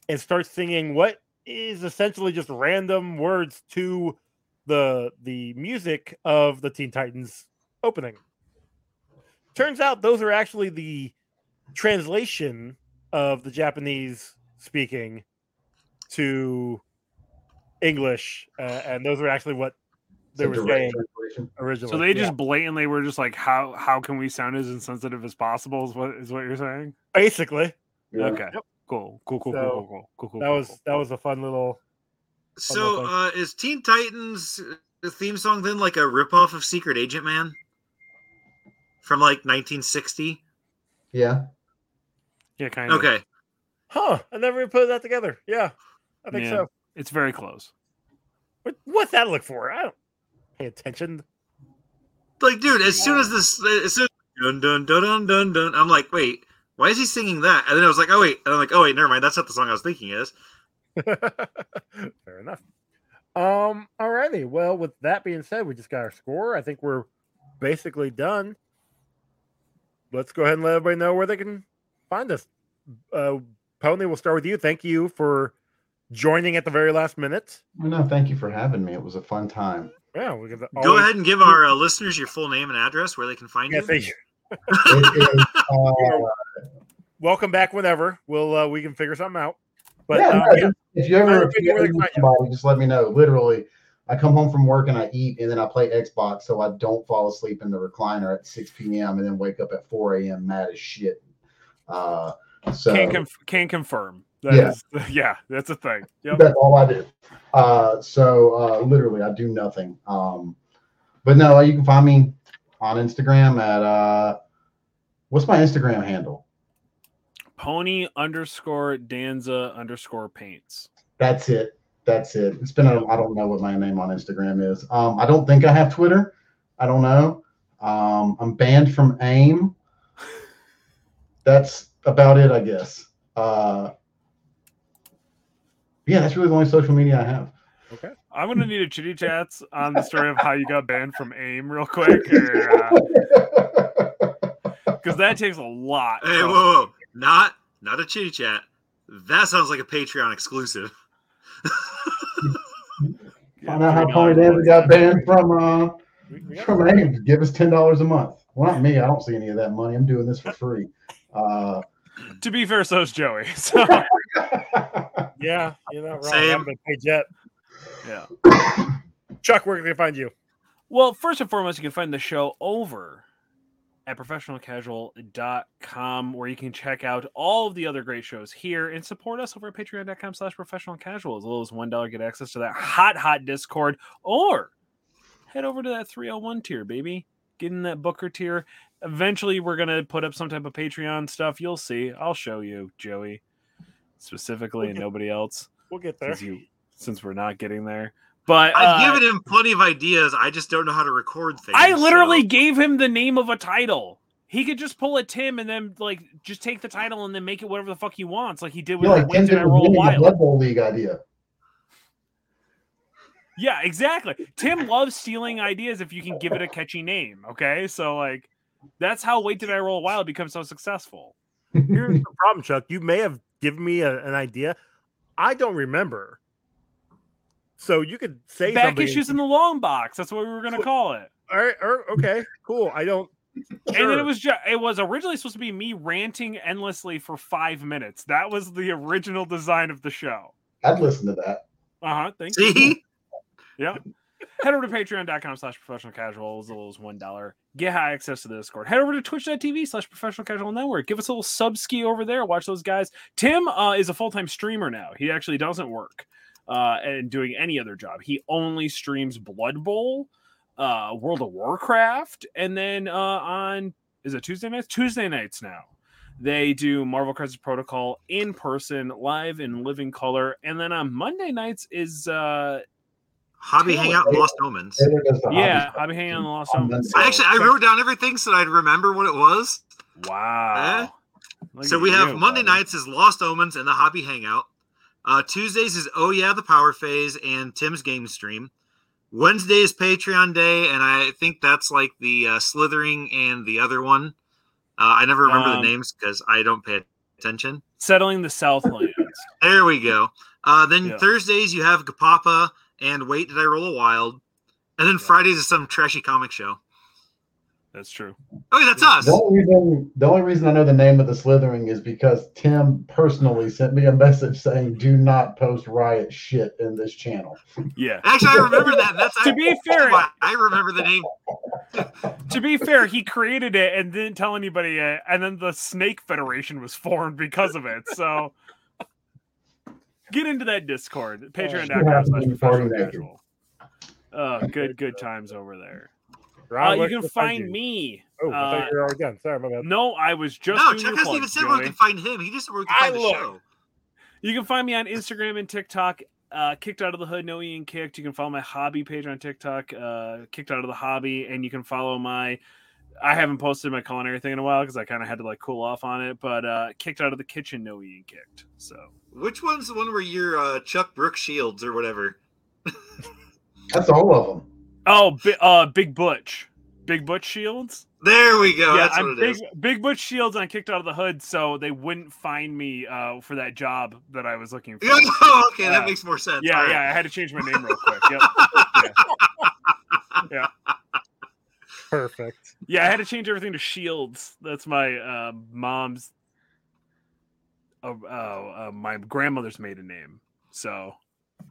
S5: and starts singing what is essentially just random words to the the music of the Teen Titans opening. Turns out those are actually the translation of the Japanese speaking to English, uh, and those are actually what they
S6: It's a
S5: were saying
S6: direct translation.
S5: originally.
S3: So they
S5: Yeah.
S3: just blatantly were just like, how how can we sound as insensitive as possible? Is what is what you're saying?
S5: basically
S6: Yeah.
S3: Okay, cool, cool, cool, cool,
S5: So,
S3: cool, cool, cool, cool.
S5: that
S3: cool,
S5: was
S3: cool.
S5: that was a fun little
S8: So uh, is Teen Titans the theme song then like a ripoff of Secret Agent Man from like 1960?
S6: Yeah.
S3: yeah, kind of.
S8: Okay,
S5: Huh. I never even put that together. Yeah. I think
S3: Yeah.
S5: so.
S3: it's very close.
S5: What, what's that look for? I don't pay attention. [LAUGHS]
S8: like dude, as soon as this, as soon dun dun dun dun dun dun, I'm like, wait, why is he singing that? And then I was like, oh wait, and I'm like, oh wait, never mind, that's not the song I was thinking it is.
S5: Fair enough. Um, alrighty. Well, with that being said, we just got our score. I think we're basically done. Let's go ahead and let everybody know where they can find us. Uh Pony, we'll start with you. Thank you for joining at the very last minute.
S6: Well, no, thank you for having me. It was a fun time.
S5: Yeah, we can
S8: Go ahead and give our uh, listeners your full name and address where they can find
S5: Oh, Yeah,
S8: you.
S5: thank you.
S6: It is, uh,
S5: Welcome back whenever. We'll uh, we can figure something out. But
S6: yeah,
S5: uh,
S6: no,
S5: yeah,
S6: just- if you ever,
S5: I'm
S6: if you
S5: really
S6: ever need
S5: excited.
S6: somebody, just let me know. Literally, I come home from work and I eat, and then I play Xbox so I don't fall asleep in the recliner at 6 p.m. and then wake up at 4 a.m. mad as shit. Uh, so
S3: Can conf- can confirm. That
S6: Yeah.
S3: is- [LAUGHS] yeah. that's a thing. Yep.
S6: that's all I do. Uh, so uh, literally, I do nothing. Um, but no, you can find me on Instagram at uh, what's my Instagram handle?
S3: Pony underscore Danza underscore paints.
S6: That's it. That's it. It's been a, I don't know what my name on Instagram is. Um, I don't think I have Twitter. I don't know. Um, I'm banned from AIM. That's about it, I guess. Uh, yeah, that's really the only social media I have.
S3: I'm gonna need a chitty chats on the story of how you got banned from AIM real quick, because that takes a lot.
S8: Hey, whoa, whoa, whoa. not not a chitty chat. That sounds like a Patreon exclusive.
S6: Find out how Pony Danza got banned from uh,
S5: we- we got-
S6: from AIM. Give us ten dollars a month. Well, not me. I don't see any of that money. I'm doing this for free. Uh,
S3: To be fair, so's Joey. [LAUGHS] So
S5: yeah, you're not wrong. I
S8: Same.
S5: haven't been paid yet.
S3: yeah.
S5: Chuck, where can they find you?
S3: Well, first and foremost, you can find the show over at professionalcasual.com where you can check out all of the other great shows here and support us over at patreon.com slash professional casual as little as one dollar get access to that hot hot discord or head over to that 301 tier baby get in that booker tier eventually we're gonna put up some type of patreon stuff you'll see i'll show you joey specifically and nobody else
S5: We'll get there.
S3: since, you, since we're not getting there but
S8: I've
S3: uh,
S8: given him plenty of ideas. I just don't know how to record things.
S3: I
S8: so-
S3: literally gave him the name of a title. He could just pull a Tim and then like just take the title and then make it whatever the fuck he wants, like he did with
S6: You're like
S3: Wait
S6: Tim
S3: Did I Roll
S6: Dillon's
S3: Wild.
S6: Blood Bowl League idea.
S3: Yeah, exactly. Tim loves stealing ideas if you can give it a catchy name. Okay, so like that's how Wait Did I Roll Wild becomes so successful.
S5: Here's the problem, Chuck. You may have given me a- an idea. I don't remember. So you could say
S3: Back
S5: something.
S3: issues in the long box. That's what we were gonna call it.
S5: All right, all right, okay, cool. I don't
S3: And then it was just it was originally supposed to be me ranting endlessly for five minutes. That was the original design of the show.
S6: I'd listen to that.
S3: Uh huh. Thank
S8: [LAUGHS]
S3: you.
S7: See?
S3: Yep. Head over to patreon.com slash professional casual as little as one dollar. Get high access to the Discord. Head over to twitch.tv slash professional casual network. Give us a little sub ski over there. Watch those guys. Tim uh, is a full time streamer now. He actually doesn't work uh, and doing any other job. He only streams Blood Bowl, uh, World of Warcraft, and then uh, on is it Tuesday nights? Tuesday nights now. They do Marvel Crisis Protocol in person, live in living color, and then on Monday nights is uh,
S7: Hobby
S3: Tell
S7: Hangout Lost Omens.
S6: Taylor does the
S3: yeah,
S6: hobby.
S3: I've been hanging on the Lost
S6: On
S3: Omens.
S6: Monday.
S7: I actually I wrote down everything so that I'd remember what it was.
S3: Wow. Look
S7: so
S3: at
S7: we have
S3: you,
S7: Monday
S3: buddy.
S7: nights is Lost Omens and the Hobby Hangout. Uh, Tuesdays is Oh Yeah, the Power Phase and Tim's Game Stream. Wednesday is Patreon Day, and I think that's like the uh, Slithering and the other one. Uh, I never remember
S3: Um,
S7: the names because I don't pay attention.
S3: Settling the Southlands.
S7: There we go. Uh, then
S3: Yeah.
S7: Thursdays you have Gapapa and Wait Did I Roll a Wild, and then Fridays is some trashy comic show.
S3: That's true.
S7: Okay, that's us.
S6: The only, reason, the only reason I know the name of the Slithering is because Tim personally sent me a [LAUGHS] message saying, "Do not post riot shit in this channel."
S3: Yeah.
S7: Actually, I remember that. That's
S3: To be fair-
S7: why I remember the name.
S3: To be fair, he created it and didn't tell anybody it, and then the Snake Federation was formed because of it. So get into that Discord. Patreon.com slash professional casual. Oh, good, good times over there. Uh, you can find me.
S5: Oh, I
S3: uh,
S5: thought you were all done. Sorry, my bad.
S3: No, I was just
S7: No,
S3: doing
S7: Chuck
S3: your
S7: hasn't even
S3: plugs,
S7: said where we
S3: Joey.
S7: can find him. He just said where we can
S9: I
S7: find the
S9: looked.
S7: show.
S3: You can find me on Instagram and TikTok. Uh, kicked out of the hood, no Ian kicked. You can follow my hobby page on TikTok, uh, kicked out of the hobby, and you can follow my. I haven't posted my culinary thing in a while because I kind of had to like cool off on it, but uh, kicked out of the kitchen, no Ian kicked. So
S7: Which one's the one where you're uh, Chuck Brooks Shields or whatever?
S6: That's all of them.
S3: oh, bi- uh, Big Butch, Big Butch Shields.
S7: There we go.
S3: yeah,
S7: that's
S3: I'm
S7: what it
S3: Big
S7: is. [LAUGHS]
S3: Big Butch Shields, and I kicked out of the hood, so they wouldn't find me uh, for that job that I was looking for.
S7: [LAUGHS] Yeah, no, Oh, okay,
S3: Yeah.
S7: that makes more sense.
S3: yeah,
S7: All
S3: yeah,
S7: right.
S3: I had to change my name real quick. Yep.
S5: Perfect.
S3: Yeah, I had to change everything to shields. That's my uh, mom's, uh, uh, uh, my grandmother's maiden name. So,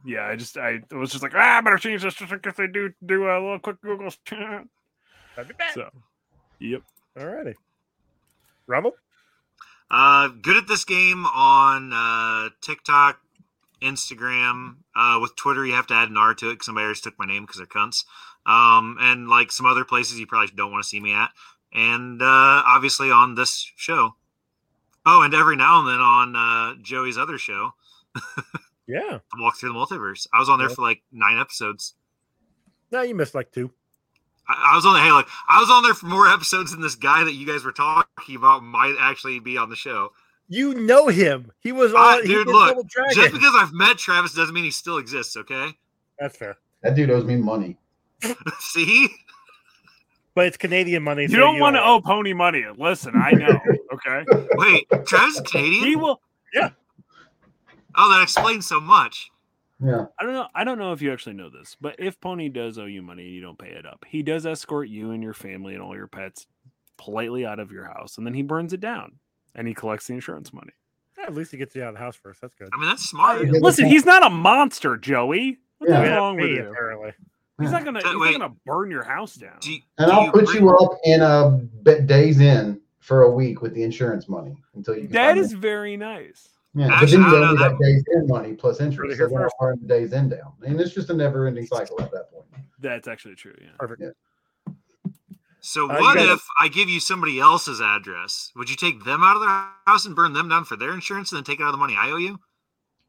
S3: yeah, I just I was just like, ah, I better change this just in case they do do a little quick Google.
S5: I'll be back.
S3: so, yep.
S5: Alrighty. Rumble?
S7: Uh, good at this game on uh, TikTok, Instagram. Uh, with Twitter, you have to add an R to it because somebody else took my name because they're cunts. Um, and like some other places you probably don't want to see me at. And uh, obviously on this show. Oh, and every now and then on uh, Joey's other show,
S5: Yeah.
S7: Walk Through the Multiverse. I was on there
S5: Yeah.
S7: for like nine episodes.
S5: No, you missed like two.
S7: I, I was on the hey, look, I was on there for more episodes than this guy that you guys were talking about might actually be on the show.
S5: You know him. He was
S7: Ah,
S5: on. he
S7: dude,
S5: did
S7: look,
S5: Double Dragon.
S7: Just because I've met Travis doesn't mean he still exists. Okay,
S5: That's fair.
S6: That dude owes me money.
S7: see,
S5: But it's Canadian money.
S3: You
S5: so
S3: don't want to
S5: are-
S3: owe Pony money. Listen, I know. Okay,
S7: wait, Travis is Canadian.
S3: he will.
S7: oh, that explains so much.
S6: Yeah,
S3: I don't know. I don't know if you actually know this, but if Pony does owe you money and you don't pay it up, he does escort you and your family and all your pets politely out of your house, and then he burns it down and he collects the insurance money.
S5: Yeah, at least he gets you out of the house first. That's good.
S7: I mean, that's smart.
S6: Yeah,
S3: Listen,
S6: that's-
S3: he's not a monster, Joey. What's
S6: Yeah.
S3: wrong with
S5: Me,
S3: you?
S5: apparently.
S3: He's not gonna. He's
S7: Wait.
S3: not gonna burn your house down.
S7: Do,
S6: and
S7: do
S6: I'll put
S7: bring-
S6: you up in a b- days in for a week with the insurance money until you. Can
S3: That
S6: find
S3: is
S6: it.
S3: very nice.
S6: Yeah,
S7: Actually,
S6: but
S7: I don't
S6: then you owe me
S7: know,
S6: that days in money plus
S5: Heard it
S6: interest.
S5: here
S6: So then I'll burn the days in down, and it's just a never-ending cycle at that point.
S3: That's actually true. Yeah.
S7: So
S5: Uh, you
S7: what
S5: gotta-
S7: if I give you somebody else's address? Would you take them out of their house and burn them down for their insurance, and then take out the money I owe you?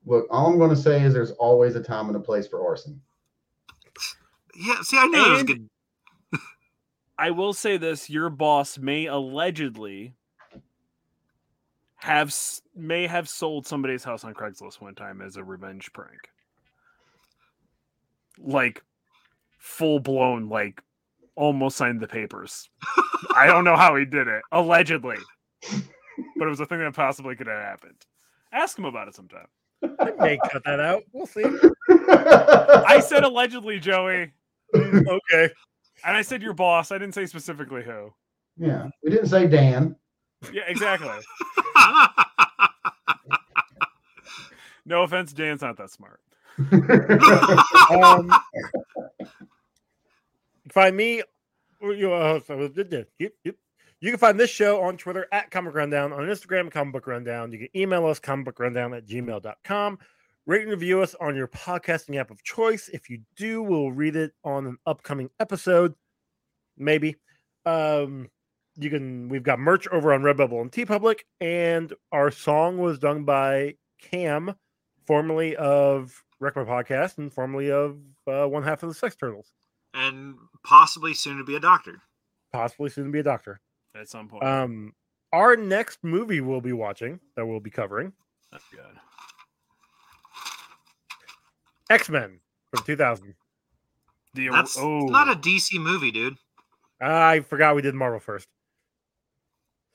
S6: Look, all I'm going to say is there's always a time and a place for arson.
S7: Yeah. See, I knew that was
S3: And-
S7: good.
S3: I will say this: your boss may allegedly have s- may have sold somebody's house on Craigslist one time as a revenge prank, like full blown, like almost signed the papers. I don't know how he did it, allegedly, but it was a thing that possibly could have happened. Ask him about it sometime.
S5: I may cut that out.
S3: [LAUGHS]
S5: We'll see.
S3: I
S6: I
S3: said allegedly, Joey,
S5: okay.
S3: and I said your boss. I didn't say specifically who.
S6: Yeah, we didn't say Dan. [LAUGHS]
S3: Yeah, exactly.
S7: [LAUGHS]
S3: No offense, Dan's not that smart.
S5: Um, find me. You, uh, so- you can find this show on Twitter at Comic Rundown, on Instagram, Comic Book Rundown. You can email us, comicbookrundown at gmail.com. Rate and review us on your podcasting app of choice. If you do, we'll read it on an upcoming episode, maybe. Um, you can. We've got merch over on Redbubble and TeePublic, and our song was done by Cam, formerly of Wreck My Podcast and formerly of uh, one half of the Sex Turtles,
S8: and possibly soon to be a doctor.
S5: possibly soon to be a doctor.
S3: At some point.
S5: Um, our next movie we'll be watching that we'll be covering
S3: That's good.
S5: X Men from 2000.
S3: The,
S8: That's
S3: oh,
S8: not a DC movie, dude.
S5: I forgot we did Marvel first.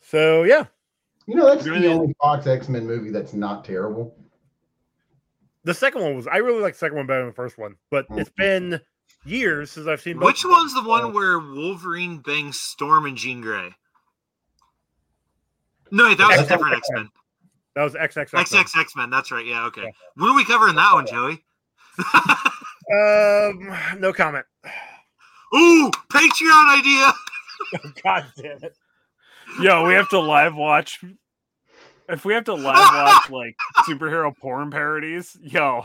S5: So yeah,
S6: You know, that's
S3: Really?
S6: the only Fox X Men movie that's not terrible.
S5: the second one was I really like the second one better than the first one, but it's been years since I've seen. both
S8: Hmm. Which
S5: of them.
S8: one's the
S5: Uh,
S8: one where Wolverine bangs Storm and Jean Grey? No, wait, that was a
S5: X-
S8: different X
S5: X-
S8: Men.
S5: that was XX.
S8: XX X Men. That's right. Yeah. Okay. When are we covering that one, Joey?
S5: Um, no
S8: [LAUGHS]
S5: comment.
S8: Ooh, Patreon idea.
S5: God damn it!
S3: Yo, we
S8: [LAUGHS]
S3: have to live watch. If we have to live watch like superhero porn parodies, yo.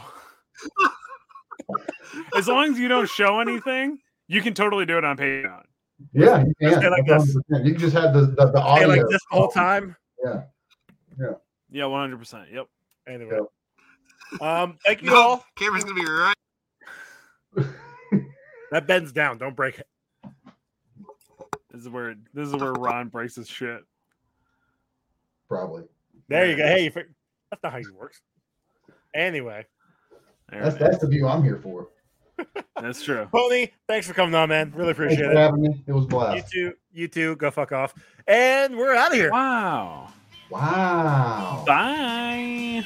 S3: As long as you don't show anything, you can totally do it on Patreon.
S6: Yeah, you
S5: Let's
S6: can.
S5: say like
S6: That's
S5: this.
S6: 100%. You can just have the, the, the
S5: Hey,
S6: audio.
S5: like this the whole time.
S6: Yeah.
S3: Yeah, one hundred percent. Yep.
S5: Anyway, um, thank
S8: [LAUGHS]
S5: you
S8: No.
S5: all.
S8: Camera's gonna be right.
S5: That bends down. Don't break it.
S3: This is where this is where Ron breaks his shit.
S6: [LAUGHS] Probably.
S5: There you go. Hey, you fi- that's not how you works. Anyway,
S3: There
S6: That's,
S3: it is.
S6: that's the view I'm here for.
S3: That's true.
S5: Pony, thanks for coming on, man. Really
S6: Thanks
S5: appreciate
S6: for
S5: it.
S6: having me. It was a
S5: You
S6: blast.
S5: two, you two, go fuck off. And we're out of here.
S3: Wow.
S6: Wow.
S3: Bye.